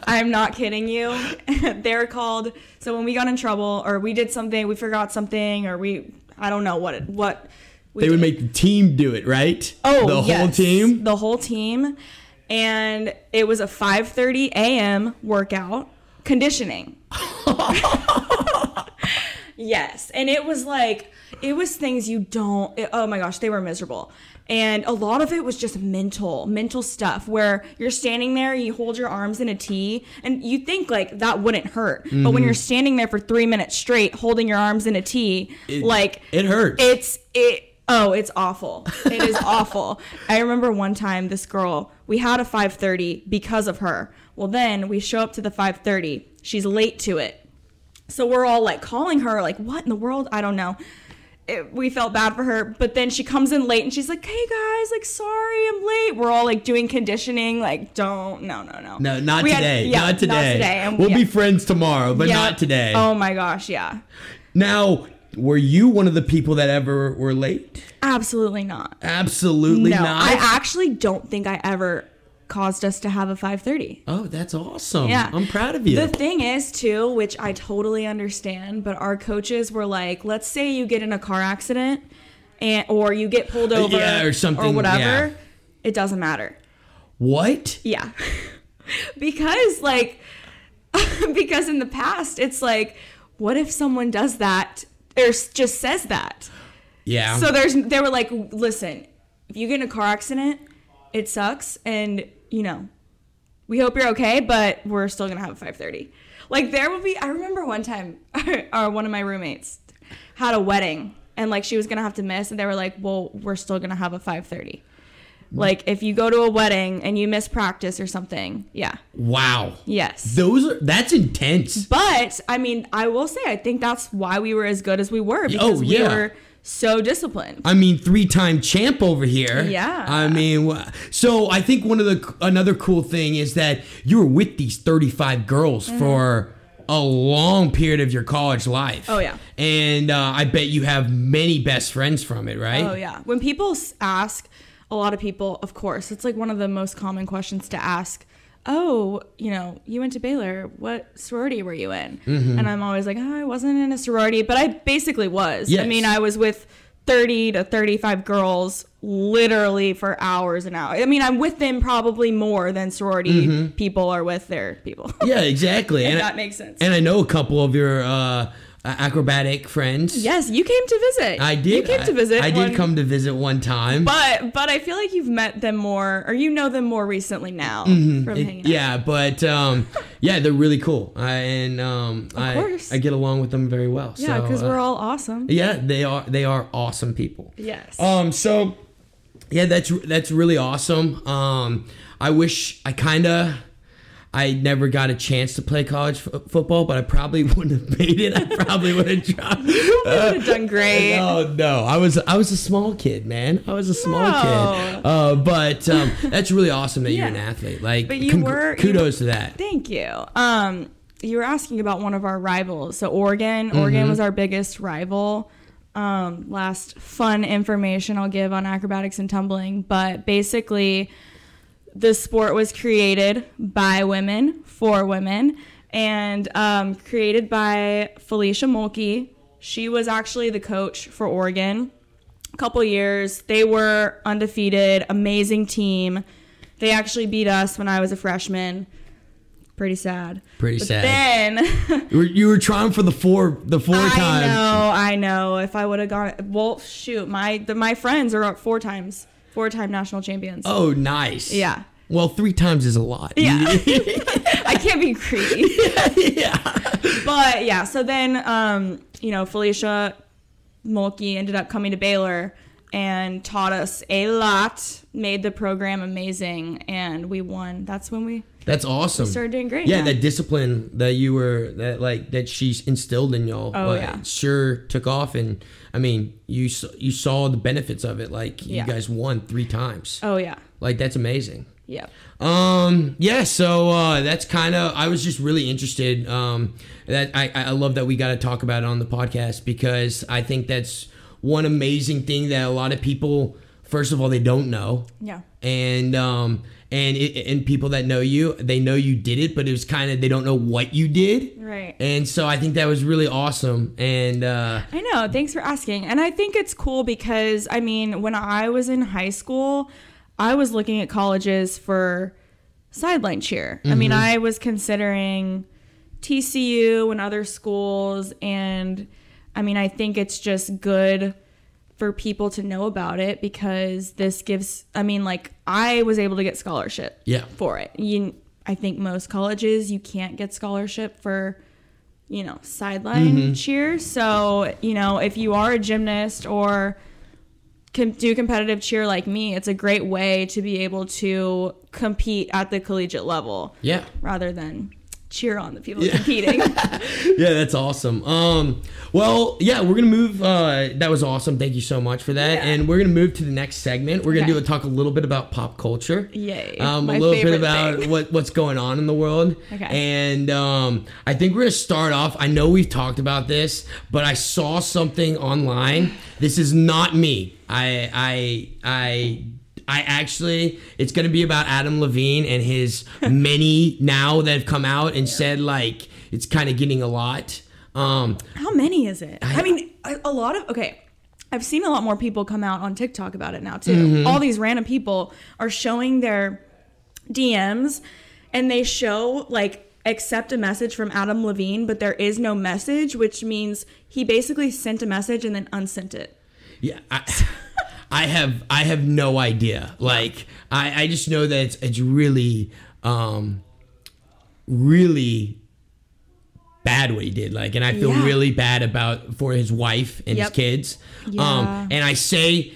[SPEAKER 2] I'm not kidding you. They're called. So when we got in trouble, or we did something, we forgot something, or we, I don't know what it, what. We
[SPEAKER 1] They would
[SPEAKER 2] did.
[SPEAKER 1] make the team do it, right?
[SPEAKER 2] Oh,
[SPEAKER 1] the whole
[SPEAKER 2] yes.
[SPEAKER 1] team.
[SPEAKER 2] The whole team, and it was a 5:30 a.m. workout conditioning. yes, and it was like it was things you don't. it- oh my gosh, they were miserable, and a lot of it was just mental, mental stuff where you're standing there, you hold your arms in a T, and you think like that wouldn't hurt, but
[SPEAKER 1] Mm-hmm.
[SPEAKER 2] when you're standing there for three minutes straight holding your arms in a T, like
[SPEAKER 1] It hurts.
[SPEAKER 2] it's it. Oh, it's awful. It is awful. I remember one time this girl. We had a 5:30 because of her. Well, then we show up to the 5:30. She's late to it. So we're all like calling her, like, what in the world? I don't know. It, we felt bad for her, but then she comes in late and she's like, "Hey guys, like, sorry, I'm late." We're all like doing conditioning, like, "Don't, no, no, no,
[SPEAKER 1] no, not
[SPEAKER 2] We had-
[SPEAKER 1] today.
[SPEAKER 2] yeah,
[SPEAKER 1] not today.
[SPEAKER 2] and-
[SPEAKER 1] we'll
[SPEAKER 2] yeah.
[SPEAKER 1] be friends tomorrow, but
[SPEAKER 2] Yeah.
[SPEAKER 1] not today.
[SPEAKER 2] Oh my gosh, yeah,
[SPEAKER 1] Now, were you one of the people that ever were late?
[SPEAKER 2] absolutely not.
[SPEAKER 1] Absolutely
[SPEAKER 2] no,
[SPEAKER 1] not.
[SPEAKER 2] I actually don't think I ever caused us to have a 5:30.
[SPEAKER 1] oh, that's awesome.
[SPEAKER 2] Yeah.
[SPEAKER 1] I'm proud of you.
[SPEAKER 2] The thing is too, which I totally understand, but our coaches were like, let's say you get in a car accident and or you get pulled over
[SPEAKER 1] Uh, yeah, or something,
[SPEAKER 2] or
[SPEAKER 1] yeah.
[SPEAKER 2] whatever, it doesn't matter.
[SPEAKER 1] what?
[SPEAKER 2] Yeah. because like because in the past it's like what if someone does that or s- just says that?
[SPEAKER 1] Yeah.
[SPEAKER 2] So there's they were like, listen, if you get in a car accident, it sucks, and you know, we hope you're okay, but we're still gonna have a five thirty. Like there will be. I remember one time, or one of my roommates had a wedding, and like she was gonna have to miss, and they were like, well, we're still gonna have a five thirty. Like if you go to a wedding and you miss practice or something, yeah,
[SPEAKER 1] wow.
[SPEAKER 2] yes.
[SPEAKER 1] Those are that's intense.
[SPEAKER 2] But I mean, I will say, I think that's why we were as good as we were because
[SPEAKER 1] yeah.
[SPEAKER 2] we were so disciplined.
[SPEAKER 1] I mean, three-time champ over here.
[SPEAKER 2] Yeah.
[SPEAKER 1] I mean, wha- so I think one of the another cool thing is that you were with these 35 girls
[SPEAKER 2] Mm-hmm.
[SPEAKER 1] for a long period of your college life.
[SPEAKER 2] Oh, yeah.
[SPEAKER 1] And uh, I bet you have many best friends from it, right?
[SPEAKER 2] Oh yeah. When people s- ask, a lot of people, of course, it's like one of the most common questions to ask. Oh, you know, you went to Baylor. What sorority were you in?
[SPEAKER 1] Mm-hmm.
[SPEAKER 2] And I'm always like, oh, I wasn't in a sorority, but I basically was. I
[SPEAKER 1] Yes.
[SPEAKER 2] mean, I was with 30 to 35 girls literally for hours and hours. I mean, I'm with them probably more than sorority people are with their people.
[SPEAKER 1] Yeah, exactly. Mm-hmm. and I-
[SPEAKER 2] that makes sense.
[SPEAKER 1] And I know a couple of your uh, acrobatic friends.
[SPEAKER 2] yes, you came to visit.
[SPEAKER 1] I did.
[SPEAKER 2] You came
[SPEAKER 1] I-
[SPEAKER 2] to visit.
[SPEAKER 1] I,
[SPEAKER 2] when-
[SPEAKER 1] did come to visit one time.
[SPEAKER 2] But but I feel like you've met them more, or you know them more recently now
[SPEAKER 1] Mm-hmm.
[SPEAKER 2] from hanging out.
[SPEAKER 1] yeah, but um, yeah, they're really cool, I, and um, I,
[SPEAKER 2] course.
[SPEAKER 1] I get along with them very well.
[SPEAKER 2] Yeah,
[SPEAKER 1] so,
[SPEAKER 2] because
[SPEAKER 1] uh,
[SPEAKER 2] we're all awesome.
[SPEAKER 1] yeah, they are they are awesome people.
[SPEAKER 2] Yes.
[SPEAKER 1] Um, so yeah, that's that's really awesome. Um, I wish I kind of. I never got a chance to play college f- football, but I probably wouldn't have made it. I probably would have tried.
[SPEAKER 2] would have done great.
[SPEAKER 1] No, no, I was I was a small kid, man. I was a small
[SPEAKER 2] No.
[SPEAKER 1] kid. Uh, but um, that's really awesome that you're an
[SPEAKER 2] Yeah.
[SPEAKER 1] athlete. Like,
[SPEAKER 2] But you were- you-
[SPEAKER 1] kudos to that.
[SPEAKER 2] Thank you. Um, you were asking about one of our rivals. So Oregon, Oregon was our biggest rival. Um, last fun information I'll give on acrobatics and tumbling, but basically, the sport was created by women for women and um, created by Felicia Mulkey. She was actually the coach for Oregon a couple years. They were undefeated, amazing team. They actually beat us when I was a freshman. Pretty sad.
[SPEAKER 1] Pretty
[SPEAKER 2] But
[SPEAKER 1] sad.
[SPEAKER 2] Then
[SPEAKER 1] You were, you were trying for the four the four
[SPEAKER 2] I
[SPEAKER 1] times.
[SPEAKER 2] know, I know. If I would have gone, well, shoot, my the, my friends are four times, four time national champions.
[SPEAKER 1] Oh, nice.
[SPEAKER 2] Yeah.
[SPEAKER 1] Well, three times is a lot.
[SPEAKER 2] Yeah. I can't be greedy.
[SPEAKER 1] yeah.
[SPEAKER 2] but yeah, so then um, you know, Felicia Mulkey ended up coming to Baylor and taught us a lot, made the program amazing, and we won. That's when we
[SPEAKER 1] That's awesome.
[SPEAKER 2] started doing great.
[SPEAKER 1] yeah, that discipline that you were that like that she instilled in y'all.
[SPEAKER 2] Oh,
[SPEAKER 1] like,
[SPEAKER 2] yeah.
[SPEAKER 1] Sure took off, and I mean you s- you saw the benefits of it. Like you
[SPEAKER 2] Yeah.
[SPEAKER 1] guys won three times.
[SPEAKER 2] oh yeah.
[SPEAKER 1] Like that's amazing.
[SPEAKER 2] Yep.
[SPEAKER 1] Um. Yeah. So uh, that's kind of. I was just really interested. Um. That I I love that we got to talk about it on the podcast because I think that's one amazing thing that a lot of people. First of all, they don't know
[SPEAKER 2] Yeah.
[SPEAKER 1] and um and it, and people that know you they know you did it but it was kind of they don't know what you did
[SPEAKER 2] Right.
[SPEAKER 1] and so i think that was really awesome and uh
[SPEAKER 2] I know. Thanks for asking. And I think it's cool because, I mean, when I was in high school, I was looking at colleges for sideline cheer. I mean, I was considering TCU and other schools. And I mean, I think it's just good for people to know about it because this gives, I mean, like, I was able to get scholarship
[SPEAKER 1] yeah
[SPEAKER 2] for it. You, I think most colleges you can't get scholarship for, you know, sideline cheer. So you know, if you are a gymnast or can do competitive cheer like me, it's a great way to be able to compete at the collegiate level
[SPEAKER 1] yeah
[SPEAKER 2] rather than cheer on the people competing.
[SPEAKER 1] yeah that's awesome um well yeah we're gonna move uh that was awesome thank you so much for that
[SPEAKER 2] Yeah.
[SPEAKER 1] and we're gonna move to the next segment we're gonna
[SPEAKER 2] Okay.
[SPEAKER 1] do a talk a little bit about pop culture
[SPEAKER 2] Yay,
[SPEAKER 1] um
[SPEAKER 2] my
[SPEAKER 1] a little bit
[SPEAKER 2] favorite
[SPEAKER 1] about
[SPEAKER 2] thing.
[SPEAKER 1] what what's going on in the world
[SPEAKER 2] Okay.
[SPEAKER 1] and um i think we're gonna start off i know we've talked about this but i saw something online this is not me i i i I actually, it's going to be about Adam Levine and his many now that have come out and said like it's kind of getting a lot. Um,
[SPEAKER 2] How many is it? I, mean, a, a lot of okay. I've seen a lot more people come out on TikTok about it now too. All these random people are showing their DMs and they show like accept a message from Adam Levine, but there is no message, which means he basically sent a message and then unsent it.
[SPEAKER 1] Yeah, I, I have I have no idea. Like I, I just know that it's it's really um really bad what he did. Like and I feel
[SPEAKER 2] Yeah.
[SPEAKER 1] really bad about for his wife and
[SPEAKER 2] Yep.
[SPEAKER 1] his kids.
[SPEAKER 2] Yeah.
[SPEAKER 1] Um and I say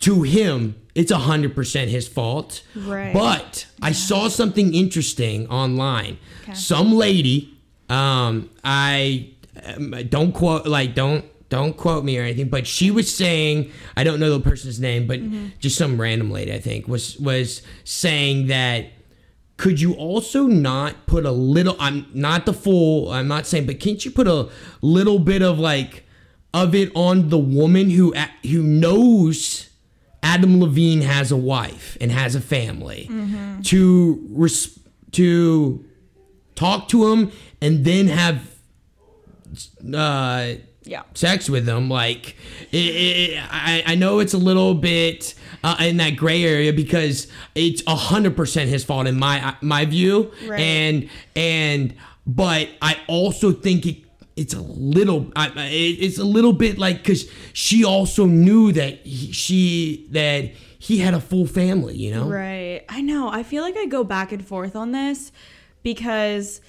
[SPEAKER 1] to him it's 100% his fault.
[SPEAKER 2] Right.
[SPEAKER 1] But I saw something interesting online.
[SPEAKER 2] Okay.
[SPEAKER 1] Some lady um I um, don't quote like don't don't quote me or anything, but she was saying I don't know the person's name, but
[SPEAKER 2] Mm-hmm.
[SPEAKER 1] just some random lady I think was was saying that could you also not put a little I'm not the full I'm not saying but can't you put a little bit of like of it on the woman who a- who knows Adam Levine has a wife and has a family to res- to talk to him and then have uh
[SPEAKER 2] Yeah.
[SPEAKER 1] sex with them. Like, it, it, I, I know it's a little bit uh, in that gray area because it's hundred percent his fault in my my view,
[SPEAKER 2] Right.
[SPEAKER 1] and and but I also think it. It's a little, I, I- it- it's a little bit like because she also knew that he, she that he had a full family, you know.
[SPEAKER 2] Right. I know. I feel like I go back and forth on this because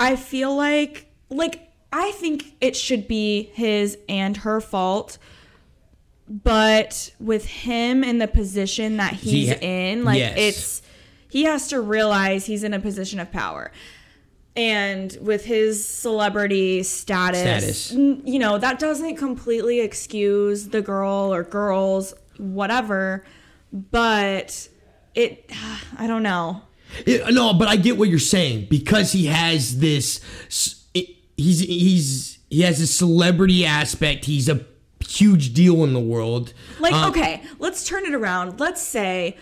[SPEAKER 2] I feel like like I think it should be his and her fault. But with him in the position that he's
[SPEAKER 1] He-
[SPEAKER 2] in, like
[SPEAKER 1] yes.
[SPEAKER 2] it's he has to realize he's in a position of power. And with his celebrity status,
[SPEAKER 1] Status.
[SPEAKER 2] n- you know, that doesn't completely excuse the girl or girls, whatever but it i don't know
[SPEAKER 1] It- no, but I get what you're saying because he has this. s- It, he's he's he has this celebrity aspect. He's a huge deal in the world.
[SPEAKER 2] like
[SPEAKER 1] Uh-huh.
[SPEAKER 2] okay let's turn it around let's say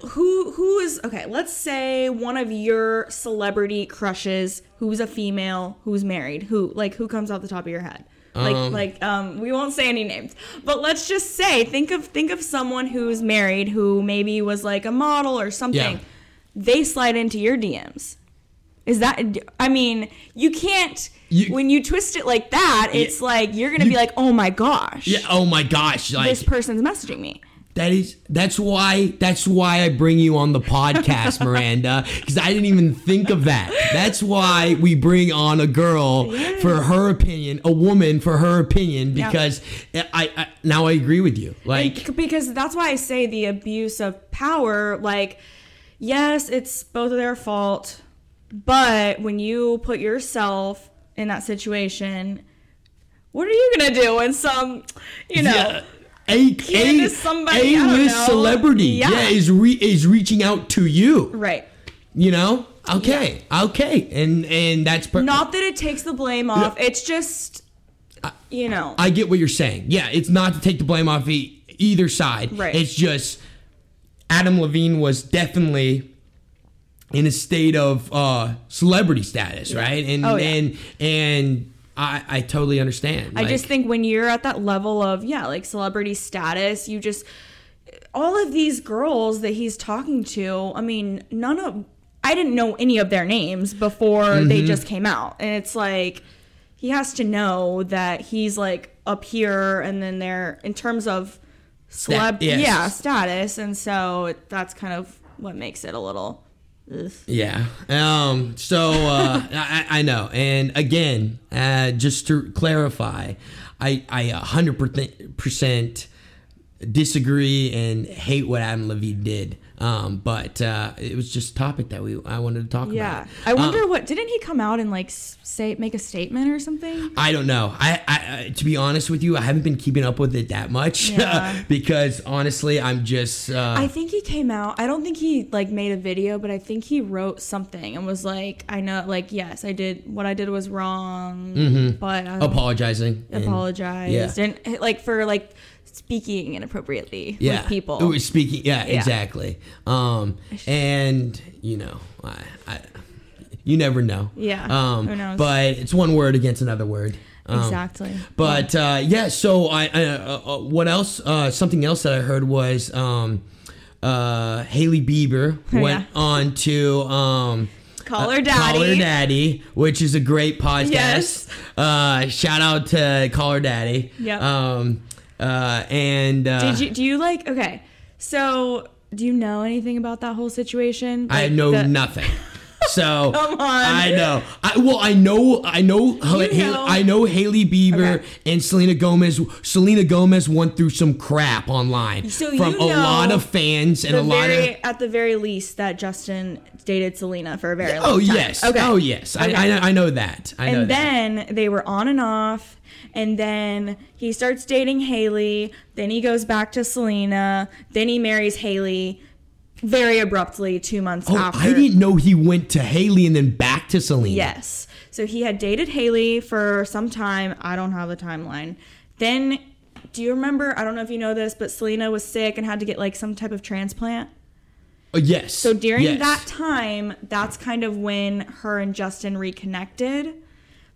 [SPEAKER 2] who who is okay let's say one of your celebrity crushes who's a female who's married who like who comes off the top of your head Like like um we won't say any names. But let's just say think of think of someone who's married who maybe was like a model or something.
[SPEAKER 1] Yeah.
[SPEAKER 2] They slide into your DMs. Is that I mean, you can't
[SPEAKER 1] You-
[SPEAKER 2] when you twist it like that, it's like you're going to be like, "Oh my gosh."
[SPEAKER 1] Yeah, oh my gosh, like
[SPEAKER 2] This person's messaging me.
[SPEAKER 1] that is that's why that's why I bring you on the podcast, Miranda, cuz I didn't even think of that. That's why we bring on a girl for her opinion, a woman for her opinion
[SPEAKER 2] Yeah.
[SPEAKER 1] because I, I now I agree with you. Like
[SPEAKER 2] Bec- because that's why I say the abuse of power. Like, yes, it's both of their fault, but when you put yourself in that situation, what are you gonna do when some, you know?
[SPEAKER 1] Yeah. A,
[SPEAKER 2] Kid
[SPEAKER 1] a,
[SPEAKER 2] is somebody, I don't
[SPEAKER 1] A-list
[SPEAKER 2] know.
[SPEAKER 1] celebrity, yeah,
[SPEAKER 2] Yeah.
[SPEAKER 1] is re, is reaching out to you.
[SPEAKER 2] Right.
[SPEAKER 1] You know, okay, okay, and and that's per-
[SPEAKER 2] Not that it takes the blame off. It's just, you know.
[SPEAKER 1] I get what you're saying. Yeah, it's not to take the blame off e- either side.
[SPEAKER 2] Right.
[SPEAKER 1] It's just Adam Levine was definitely in a state of uh, celebrity status, right? And
[SPEAKER 2] Oh, yeah.
[SPEAKER 1] and and I I totally understand.
[SPEAKER 2] I just
[SPEAKER 1] Like,
[SPEAKER 2] think when you're at that level of yeah, like celebrity status, you just all of these girls that he's talking to. I mean, none of I didn't know any of their names before they
[SPEAKER 1] Mm-hmm.
[SPEAKER 2] just came out, and it's like he has to know that he's like up here, and then they're in terms of celeb,
[SPEAKER 1] yes.
[SPEAKER 2] yeah, status, and so it, that's kind of what makes it a little. ugh.
[SPEAKER 1] Yeah. Um. So uh, I, I know. And again, uh, just to clarify, I I a hundred percent percent disagree and hate what Adam Levine did. Um. But uh, it was just a topic that we I wanted to talk
[SPEAKER 2] Yeah,
[SPEAKER 1] about.
[SPEAKER 2] I wonder what didn't he come out and like s- say make a statement or something?
[SPEAKER 1] Um, I don't know. I, I, I to be honest with you, I haven't been keeping up with it that much
[SPEAKER 2] Yeah.
[SPEAKER 1] because honestly, I'm just. Uh,
[SPEAKER 2] I think he came out. I don't think he like made a video, but I think he wrote something and was like, "I know, like, yes, I did. What I did was wrong,
[SPEAKER 1] Mm-hmm.
[SPEAKER 2] but I
[SPEAKER 1] apologizing. and-
[SPEAKER 2] apologized and eh, like for like speaking inappropriately
[SPEAKER 1] yeah.
[SPEAKER 2] with people."
[SPEAKER 1] Who is speaking. Yeah,
[SPEAKER 2] Yeah.
[SPEAKER 1] exactly. Um, and you know, I, I, you never know.
[SPEAKER 2] Yeah,
[SPEAKER 1] Um,
[SPEAKER 2] who knows?
[SPEAKER 1] But it's one word against another word. Um,
[SPEAKER 2] exactly.
[SPEAKER 1] But uh, yeah, so I, I uh, uh, what else? Uh, something else that I heard was um, uh, Haley Bieber
[SPEAKER 2] Oh,
[SPEAKER 1] went
[SPEAKER 2] yeah.
[SPEAKER 1] on to. Um,
[SPEAKER 2] Call her daddy.
[SPEAKER 1] Call her daddy, which is a great podcast.
[SPEAKER 2] Yes.
[SPEAKER 1] Uh, shout out to Call her daddy.
[SPEAKER 2] Yep.
[SPEAKER 1] Um, uh, and uh,
[SPEAKER 2] Did you do you like okay? So do you know anything about that whole situation?
[SPEAKER 1] I
[SPEAKER 2] Like,
[SPEAKER 1] know
[SPEAKER 2] the-
[SPEAKER 1] nothing. So
[SPEAKER 2] Come on.
[SPEAKER 1] I know. I well, I know. I know. Ha-
[SPEAKER 2] You
[SPEAKER 1] Hal-
[SPEAKER 2] know.
[SPEAKER 1] I know Haley Bieber
[SPEAKER 2] Okay.
[SPEAKER 1] and Selena Gomez. Selena Gomez went through some crap online
[SPEAKER 2] So
[SPEAKER 1] from
[SPEAKER 2] you
[SPEAKER 1] a lot
[SPEAKER 2] know
[SPEAKER 1] of fans and
[SPEAKER 2] The
[SPEAKER 1] a lot
[SPEAKER 2] very,
[SPEAKER 1] of.
[SPEAKER 2] at the very least, that Justin dated Selena for a very long
[SPEAKER 1] Oh
[SPEAKER 2] time.
[SPEAKER 1] yes.
[SPEAKER 2] Okay.
[SPEAKER 1] Oh yes.
[SPEAKER 2] Okay.
[SPEAKER 1] I, I I know that. I know
[SPEAKER 2] and
[SPEAKER 1] that.
[SPEAKER 2] then they were on and off and then he starts dating haley then he goes back to selena then he marries haley very abruptly two months
[SPEAKER 1] Oh,
[SPEAKER 2] after
[SPEAKER 1] I didn't know he went to Haley and then back to Selena.
[SPEAKER 2] yes so he had dated haley for some time i don't have the timeline then do you remember i don't know if you know this but selena was sick and had to get like some type of transplant
[SPEAKER 1] Uh, yes.
[SPEAKER 2] So during
[SPEAKER 1] Yes.
[SPEAKER 2] that time, that's kind of when her and Justin reconnected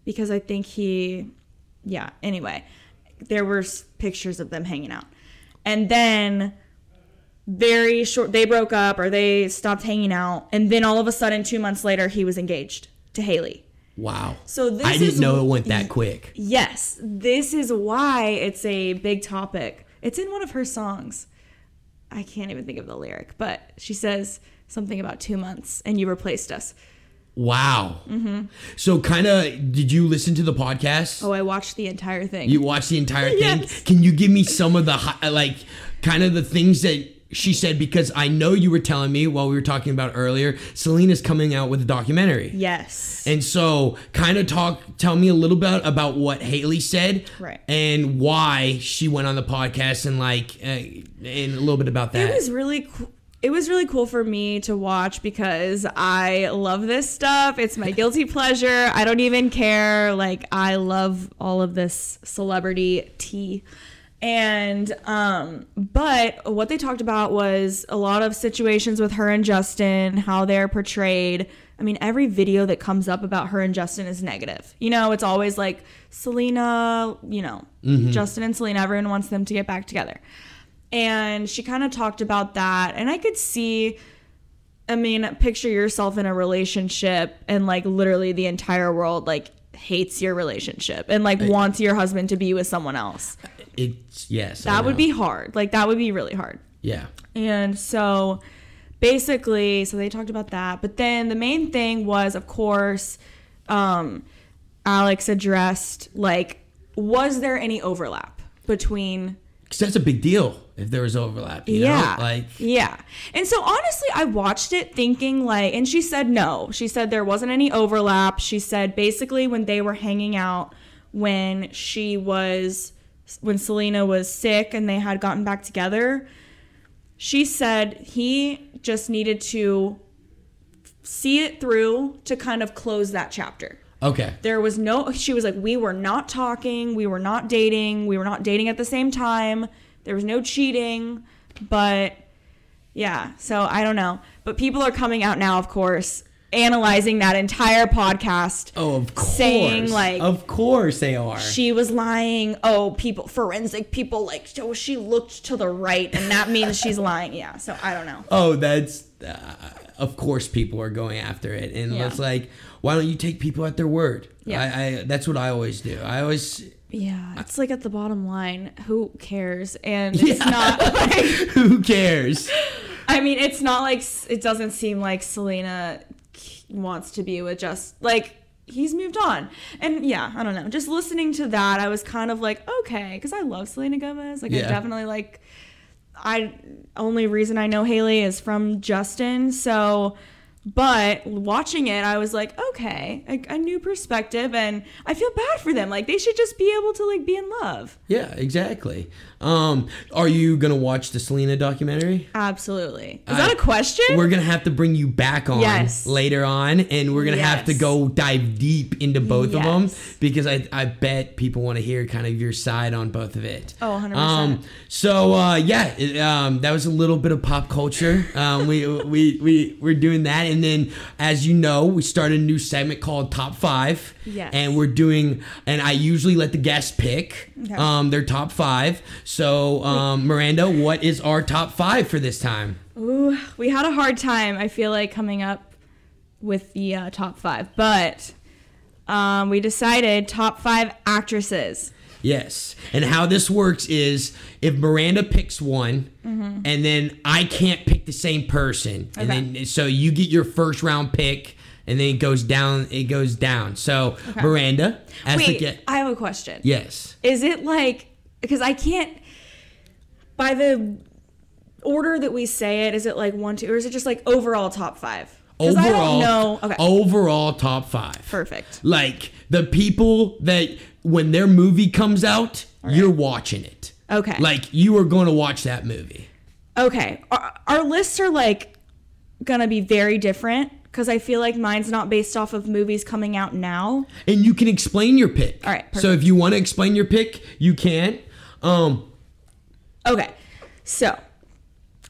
[SPEAKER 2] because I think he, yeah, anyway, there were s- pictures of them hanging out. And then very short, they broke up or they stopped hanging out. And then all of a sudden, two months later, he was engaged to Haley.
[SPEAKER 1] Wow.
[SPEAKER 2] So this
[SPEAKER 1] I didn't
[SPEAKER 2] is-
[SPEAKER 1] know it went that quick.
[SPEAKER 2] Yes, this is why it's a big topic. It's in one of her songs. I can't even think of the lyric, but she says something about two months and you replaced us.
[SPEAKER 1] Wow.
[SPEAKER 2] Mm-hmm.
[SPEAKER 1] So kind of did you listen to the podcast?
[SPEAKER 2] Oh, I watched the entire thing.
[SPEAKER 1] You watched the entire thing.
[SPEAKER 2] Yes.
[SPEAKER 1] Can you give me some of the hi- uh, like kind of the things that she said because I know you were telling me while we were talking about earlier, Selena's coming out with a documentary.
[SPEAKER 2] yes.
[SPEAKER 1] And so, kind of talk, tell me a little bit about what Haley said,
[SPEAKER 2] Right.
[SPEAKER 1] And why she went on the podcast, and like, uh, and a little bit about that.
[SPEAKER 2] It was really cool. It was really cool for me to watch because I love this stuff. It's my guilty pleasure. I don't even care. Like I love all of this celebrity tea. And um but what they talked about was a lot of situations with her and Justin, how they're portrayed. I mean, every video that comes up about her and Justin is negative. You know, it's always like Selena, you know, Justin and Selena, everyone wants them to get back together. And she kind of talked about that. And I could see, I mean, picture yourself in a relationship and like literally the entire world like hates your relationship and like wants your husband to be with someone else.
[SPEAKER 1] It's yes. I
[SPEAKER 2] That would
[SPEAKER 1] know.
[SPEAKER 2] be hard. Like, that would be really hard.
[SPEAKER 1] yeah.
[SPEAKER 2] And so basically, so they talked about that. But then the main thing was, of course, um, Alex addressed like, was there any overlap between
[SPEAKER 1] Because that's a big deal if there was overlap. You
[SPEAKER 2] yeah.
[SPEAKER 1] Know? Like
[SPEAKER 2] yeah. And so honestly, I watched it thinking like, and she said no. She said there wasn't any overlap. She said basically when they were hanging out, when she was, when Selena was sick and they had gotten back together, she said he just needed to see it through to kind of close that chapter
[SPEAKER 1] okay.
[SPEAKER 2] there was no she was like we were not talking we were not dating we were not dating at the same time there was no cheating but yeah so i don't know but people are coming out now of course analyzing that entire podcast
[SPEAKER 1] Oh, of course.
[SPEAKER 2] Saying, like-
[SPEAKER 1] of course they are.
[SPEAKER 2] she was lying oh people forensic people like so she looked to the right and that means she's lying yeah so i don't know
[SPEAKER 1] oh, that's. Uh, of course, people are going after it, and
[SPEAKER 2] Yeah.
[SPEAKER 1] it's like, why don't you take people at their word?
[SPEAKER 2] Yeah.
[SPEAKER 1] I, I that's what I always do. I always
[SPEAKER 2] yeah it's like at the bottom line who cares and
[SPEAKER 1] Yeah.
[SPEAKER 2] it's not like
[SPEAKER 1] who cares?
[SPEAKER 2] I mean, it's not like it doesn't seem like Selena wants to be with just like he's moved on. And yeah, I don't know. Just listening to that, I was kind of like, okay, because I love Selena Gomez. Like, I
[SPEAKER 1] Yeah.
[SPEAKER 2] definitely like. I only reason I know Haley is from Justin. So, but watching it, I was like, okay, a, a new perspective, and I feel bad for them. Like, they should just be able to like be in love.
[SPEAKER 1] Yeah, exactly. Um, are you gonna watch the Selena documentary?
[SPEAKER 2] Absolutely. Is
[SPEAKER 1] I-
[SPEAKER 2] that a question?
[SPEAKER 1] We're gonna have to bring you back on
[SPEAKER 2] Yes.
[SPEAKER 1] later on, and we're gonna have to
[SPEAKER 2] Yes.
[SPEAKER 1] go dive deep into both of them
[SPEAKER 2] Yes.
[SPEAKER 1] because I I bet people want to hear kind of your side on both of it.
[SPEAKER 2] Oh, 100%.
[SPEAKER 1] Um, so uh, yeah, it, um, that was a little bit of pop culture. Um, we we we we're doing that, and then as you know, we started a new segment called Top Five.
[SPEAKER 2] Yes.
[SPEAKER 1] And we're doing, and I usually let the guests pick
[SPEAKER 2] Okay.
[SPEAKER 1] um, their top five. So um, Miranda, what is our top five for this time?
[SPEAKER 2] Ooh, we had a hard time. I feel like coming up with the uh, top five, but um, we decided top five actresses.
[SPEAKER 1] Yes. And how this works is if Miranda picks one and then I can't pick the same person. And
[SPEAKER 2] Mm-hmm. Okay.
[SPEAKER 1] then so you get your first round pick and then it goes down it goes down. So Miranda as the
[SPEAKER 2] Wait,
[SPEAKER 1] get
[SPEAKER 2] I have a question.
[SPEAKER 1] Yes.
[SPEAKER 2] Is it like because I can't by the order that we say it? Is it like one, two, or is it just like overall top five? Because I don't
[SPEAKER 1] Overall oh,
[SPEAKER 2] know. Okay,
[SPEAKER 1] overall top 5.
[SPEAKER 2] perfect.
[SPEAKER 1] Like the people that when their movie comes out, you're watching it.
[SPEAKER 2] Okay.
[SPEAKER 1] Like you are going to watch that movie.
[SPEAKER 2] Okay, our, our lists are like gonna be very different because I feel like mine's not based off of movies coming out now.
[SPEAKER 1] and you can explain your pick.
[SPEAKER 2] All right, perfect.
[SPEAKER 1] So if you want to explain your pick, you can. Um,
[SPEAKER 2] Okay. So,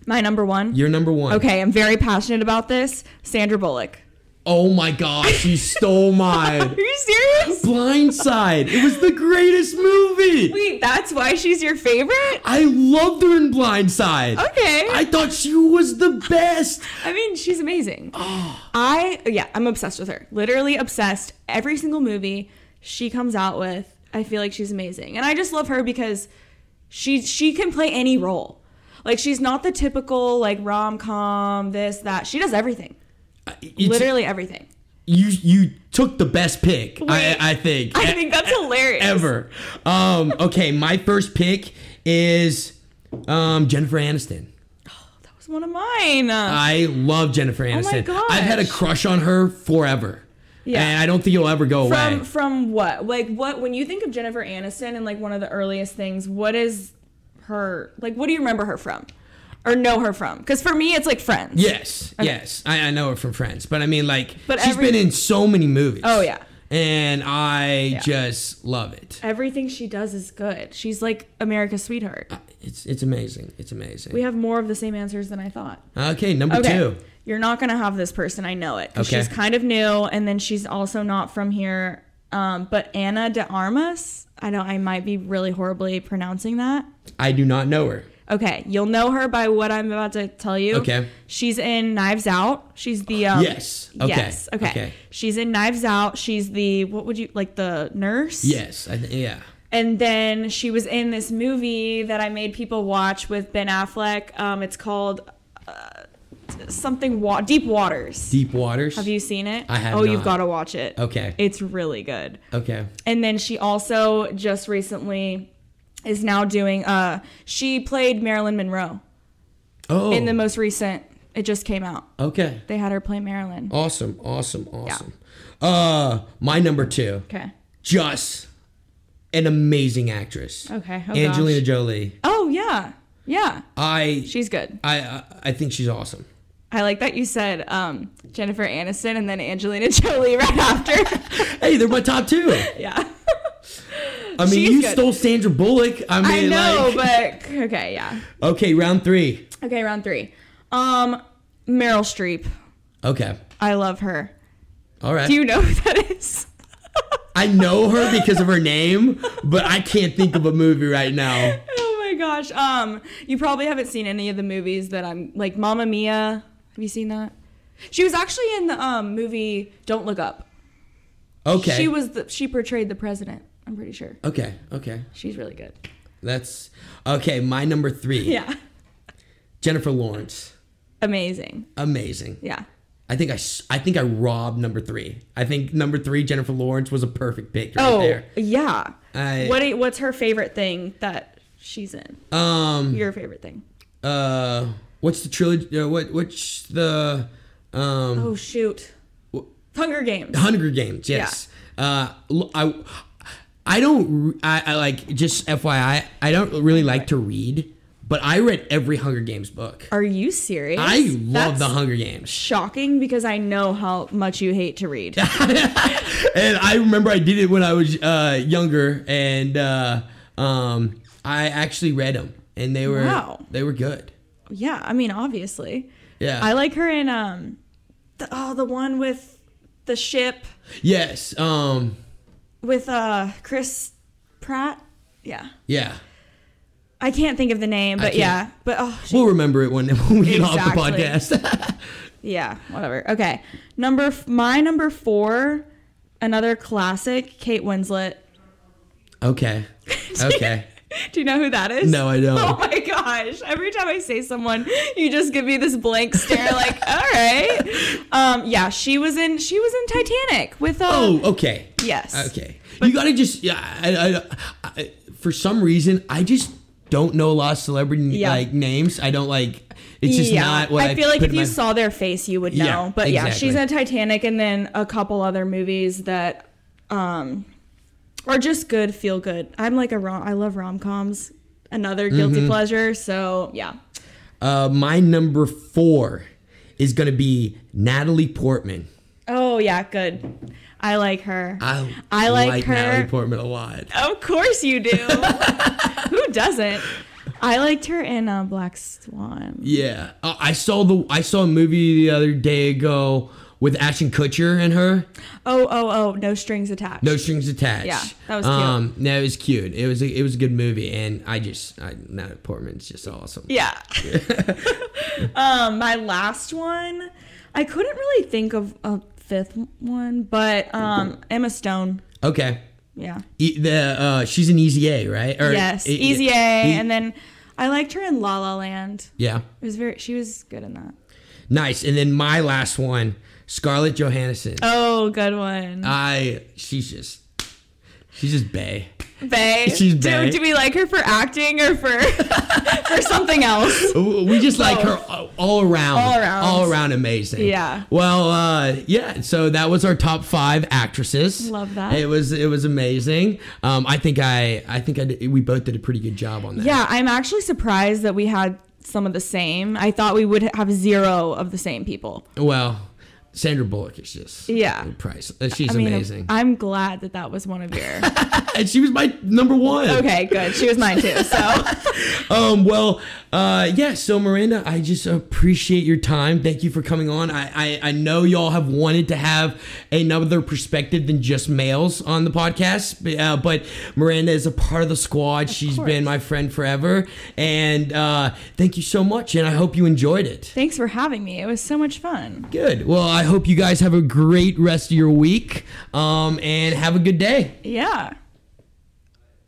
[SPEAKER 2] my number one.
[SPEAKER 1] you're number one.
[SPEAKER 2] okay, I'm very passionate about this. Sandra Bullock.
[SPEAKER 1] Oh my gosh, you stole
[SPEAKER 2] Are
[SPEAKER 1] mine.
[SPEAKER 2] you serious?
[SPEAKER 1] Blindside. It was the greatest movie.
[SPEAKER 2] Wait, that's why she's your favorite?
[SPEAKER 1] I loved her in Blindside.
[SPEAKER 2] Okay.
[SPEAKER 1] I thought she was the best.
[SPEAKER 2] I mean, she's amazing. I yeah, I'm obsessed with her. Literally obsessed. Every single movie she comes out with, I feel like she's amazing. And I just love her because she she can play any role. Like she's not the typical like rom-com this that. She does everything.
[SPEAKER 1] It's-
[SPEAKER 2] Literally everything.
[SPEAKER 1] you you took the best pick. I,
[SPEAKER 2] Wait.
[SPEAKER 1] I think.
[SPEAKER 2] I think
[SPEAKER 1] e
[SPEAKER 2] that's hilarious.
[SPEAKER 1] ever. Um, okay, my first pick is um, Jennifer Aniston.
[SPEAKER 2] That was one of mine.
[SPEAKER 1] I love Jennifer Aniston.
[SPEAKER 2] Oh gosh.
[SPEAKER 1] I've had a crush on her forever.
[SPEAKER 2] Yeah.
[SPEAKER 1] And I don't think it'll ever go
[SPEAKER 2] from
[SPEAKER 1] away.
[SPEAKER 2] from what like what when you think of jennifer aniston and like one of the earliest things what is her like what do you remember her from or know her from because for me it's like friends
[SPEAKER 1] Yes, yes. I, I know her from Friends. But I mean, like,
[SPEAKER 2] But
[SPEAKER 1] she's
[SPEAKER 2] every-
[SPEAKER 1] been in so many movies.
[SPEAKER 2] Oh, yeah.
[SPEAKER 1] And I just love it.
[SPEAKER 2] everything she does is good she's like america's sweetheart
[SPEAKER 1] It's it's amazing. It's amazing.
[SPEAKER 2] We have more of the same answers than I thought.
[SPEAKER 1] okay, number
[SPEAKER 2] Okay.
[SPEAKER 1] two.
[SPEAKER 2] You're not going to have this person. I know it. 'cause
[SPEAKER 1] Okay.
[SPEAKER 2] She's kind of new, and then she's also not from here. Um, but Anna de Armas, I know I might be really horribly pronouncing that.
[SPEAKER 1] I do not know her.
[SPEAKER 2] Okay, you'll know her by what I'm about to tell you.
[SPEAKER 1] Okay.
[SPEAKER 2] She's in Knives Out. She's the um,
[SPEAKER 1] Yes. Okay.
[SPEAKER 2] Yes. Okay.
[SPEAKER 1] Okay.
[SPEAKER 2] She's in Knives Out. She's the what would you like the nurse?
[SPEAKER 1] Yes. I th- yeah.
[SPEAKER 2] And then she was in this movie that I made people watch with Ben Affleck. Um, it's called uh, something wa- Deep Waters.
[SPEAKER 1] Deep waters.
[SPEAKER 2] have you seen it?
[SPEAKER 1] I have
[SPEAKER 2] Oh, you've
[SPEAKER 1] not.
[SPEAKER 2] got to watch it.
[SPEAKER 1] Okay.
[SPEAKER 2] It's really good.
[SPEAKER 1] okay.
[SPEAKER 2] And then she also just recently is now doing. Uh, she played Marilyn Monroe
[SPEAKER 1] Oh.
[SPEAKER 2] in the most recent. It just came out.
[SPEAKER 1] okay.
[SPEAKER 2] They had her play Marilyn.
[SPEAKER 1] Awesome. Awesome. Awesome. Uh, my number two.
[SPEAKER 2] Okay.
[SPEAKER 1] Just an amazing actress.
[SPEAKER 2] Okay. Oh,
[SPEAKER 1] Angelina
[SPEAKER 2] gosh.
[SPEAKER 1] Jolie.
[SPEAKER 2] Oh yeah, yeah.
[SPEAKER 1] I
[SPEAKER 2] She's good.
[SPEAKER 1] I I I think she's awesome.
[SPEAKER 2] I like that you said um, Jennifer Aniston and then Angelina Jolie right after.
[SPEAKER 1] Hey, they're my top two.
[SPEAKER 2] yeah.
[SPEAKER 1] I mean,
[SPEAKER 2] She's
[SPEAKER 1] you
[SPEAKER 2] good.
[SPEAKER 1] stole Sandra Bullock. I
[SPEAKER 2] I
[SPEAKER 1] mean,
[SPEAKER 2] know,
[SPEAKER 1] like,
[SPEAKER 2] but okay, yeah.
[SPEAKER 1] okay, round three.
[SPEAKER 2] Okay, round three. Um, Meryl Streep.
[SPEAKER 1] Okay,
[SPEAKER 2] I love her.
[SPEAKER 1] all right.
[SPEAKER 2] Do you know who that is?
[SPEAKER 1] I know her because of her name, but I can't think of a movie right now.
[SPEAKER 2] oh my gosh. Um, you probably haven't seen any of the movies that I'm like Mamma Mia. Have you seen that? She was actually in the um, movie Don't Look Up.
[SPEAKER 1] Okay.
[SPEAKER 2] She was the, she portrayed the president. I'm pretty sure.
[SPEAKER 1] Okay. Okay.
[SPEAKER 2] She's really good.
[SPEAKER 1] That's okay. My number three.
[SPEAKER 2] Yeah.
[SPEAKER 1] Jennifer Lawrence.
[SPEAKER 2] Amazing.
[SPEAKER 1] Amazing.
[SPEAKER 2] Yeah.
[SPEAKER 1] I think I, s- I think I robbed number three. I think number three, Jennifer Lawrence, was a perfect pick right
[SPEAKER 2] oh
[SPEAKER 1] there.
[SPEAKER 2] yeah.
[SPEAKER 1] I-
[SPEAKER 2] what i- what's her favorite thing that she's in?
[SPEAKER 1] Um.
[SPEAKER 2] Your favorite thing?
[SPEAKER 1] Uh. What's the trilogy? Uh, what? What's the? Um.
[SPEAKER 2] Oh shoot, Hunger Games.
[SPEAKER 1] Hunger Games, yes. Uh, l- I, I don't, re- I, I like, just FYI, I don't really like to read, but I read every Hunger Games book.
[SPEAKER 2] Are you serious?
[SPEAKER 1] I love
[SPEAKER 2] That's
[SPEAKER 1] the Hunger Games.
[SPEAKER 2] Shocking because I know how much you hate to read.
[SPEAKER 1] And I remember I did it when I was uh, younger, and uh, um, I actually read them, and they were,
[SPEAKER 2] Wow.
[SPEAKER 1] they were good.
[SPEAKER 2] yeah, I mean obviously.
[SPEAKER 1] Yeah.
[SPEAKER 2] I like her in um, the, oh the one with the ship
[SPEAKER 1] yes. Um,
[SPEAKER 2] with uh Chris Pratt. Yeah,
[SPEAKER 1] yeah.
[SPEAKER 2] I can't think of the name, but
[SPEAKER 1] can't.
[SPEAKER 2] yeah, but oh she-
[SPEAKER 1] We'll remember it when, when we get off the
[SPEAKER 2] Exactly.
[SPEAKER 1] podcast.
[SPEAKER 2] Yeah, whatever. Okay. Number f- my number 4, another classic, Kate Winslet.
[SPEAKER 1] okay. Okay.
[SPEAKER 2] Do you know who that is?
[SPEAKER 1] No, I don't.
[SPEAKER 2] Oh my gosh. Every time I say someone, you just give me this blank stare like, "All right." Um yeah, she was in she was in Titanic with uh
[SPEAKER 1] Oh, okay.
[SPEAKER 2] Yes.
[SPEAKER 1] Okay. you gotta just yeah. I, I, I, for some reason, I just don't know a lot of celebrity
[SPEAKER 2] Yeah.
[SPEAKER 1] like names. I don't like. It's just
[SPEAKER 2] yeah.
[SPEAKER 1] not what I,
[SPEAKER 2] I feel like
[SPEAKER 1] put
[SPEAKER 2] if
[SPEAKER 1] in
[SPEAKER 2] you
[SPEAKER 1] my-
[SPEAKER 2] saw their face, you would know.
[SPEAKER 1] Yeah,
[SPEAKER 2] but yeah, she's in
[SPEAKER 1] exactly.
[SPEAKER 2] Titanic and then a couple other movies that um are just good, feel good. I'm like a rom I love rom coms. Another guilty
[SPEAKER 1] Mm-hmm.
[SPEAKER 2] pleasure. So yeah.
[SPEAKER 1] Uh, my number four is gonna be Natalie Portman.
[SPEAKER 2] Oh yeah, good. I like her.
[SPEAKER 1] I
[SPEAKER 2] I like her.
[SPEAKER 1] Natalie Portman a lot.
[SPEAKER 2] of course you do. Who doesn't? I liked her in uh, Black Swan.
[SPEAKER 1] Yeah. Uh, I saw the I saw a movie the other day ago with Ashton Kutcher and her.
[SPEAKER 2] Oh oh oh, no strings attached.
[SPEAKER 1] No strings attached.
[SPEAKER 2] Yeah, that was cute.
[SPEAKER 1] Um, no, it was cute. It was a, it was a good movie, and I just I, Natalie Portman's just awesome.
[SPEAKER 2] Yeah. um, my last one, I couldn't really think of a fifth one, but um, Emma Stone.
[SPEAKER 1] Okay.
[SPEAKER 2] Yeah.
[SPEAKER 1] E- the uh, she's an Easy A, right? Or,
[SPEAKER 2] Yes,
[SPEAKER 1] E- e-
[SPEAKER 2] Easy A,
[SPEAKER 1] e-
[SPEAKER 2] and then I liked her in La La Land.
[SPEAKER 1] yeah,
[SPEAKER 2] It was very, she was good in that.
[SPEAKER 1] nice. And then my last one, Scarlett Johansson.
[SPEAKER 2] Oh, good one.
[SPEAKER 1] Uh, I she's just she's just bae.
[SPEAKER 2] Bay.
[SPEAKER 1] she's bae.
[SPEAKER 2] do, do we like her for acting or for for something else?
[SPEAKER 1] We just like her all- all around,
[SPEAKER 2] All around.
[SPEAKER 1] all around amazing.
[SPEAKER 2] Yeah.
[SPEAKER 1] Well, uh, yeah. So that was our top five actresses.
[SPEAKER 2] Love that.
[SPEAKER 1] It was it was amazing. Um, I think I I think I did, we both did a pretty good job on that.
[SPEAKER 2] Yeah, I'm actually surprised that we had some of the same. I thought we would have zero of the same people.
[SPEAKER 1] Well, Sandra Bullock is just
[SPEAKER 2] Yeah.
[SPEAKER 1] price. uh, She's
[SPEAKER 2] I mean,
[SPEAKER 1] amazing,
[SPEAKER 2] I'm glad that that was one of your.
[SPEAKER 1] and she was my number one.
[SPEAKER 2] okay, good. She was mine too. So
[SPEAKER 1] Um. Well. Uh. Yeah. So Miranda, I just appreciate your time. Thank you for coming on. I I, I know y'all have wanted to have another perspective than just males on the podcast, but, uh, but Miranda is a part of the squad. She's
[SPEAKER 2] course.
[SPEAKER 1] been my friend forever, and uh, thank you so much. And I hope you enjoyed it.
[SPEAKER 2] thanks for having me. It was so much fun.
[SPEAKER 1] Good. Well, I hope you guys have a great rest of your week. Um. And have a good day.
[SPEAKER 2] Yeah.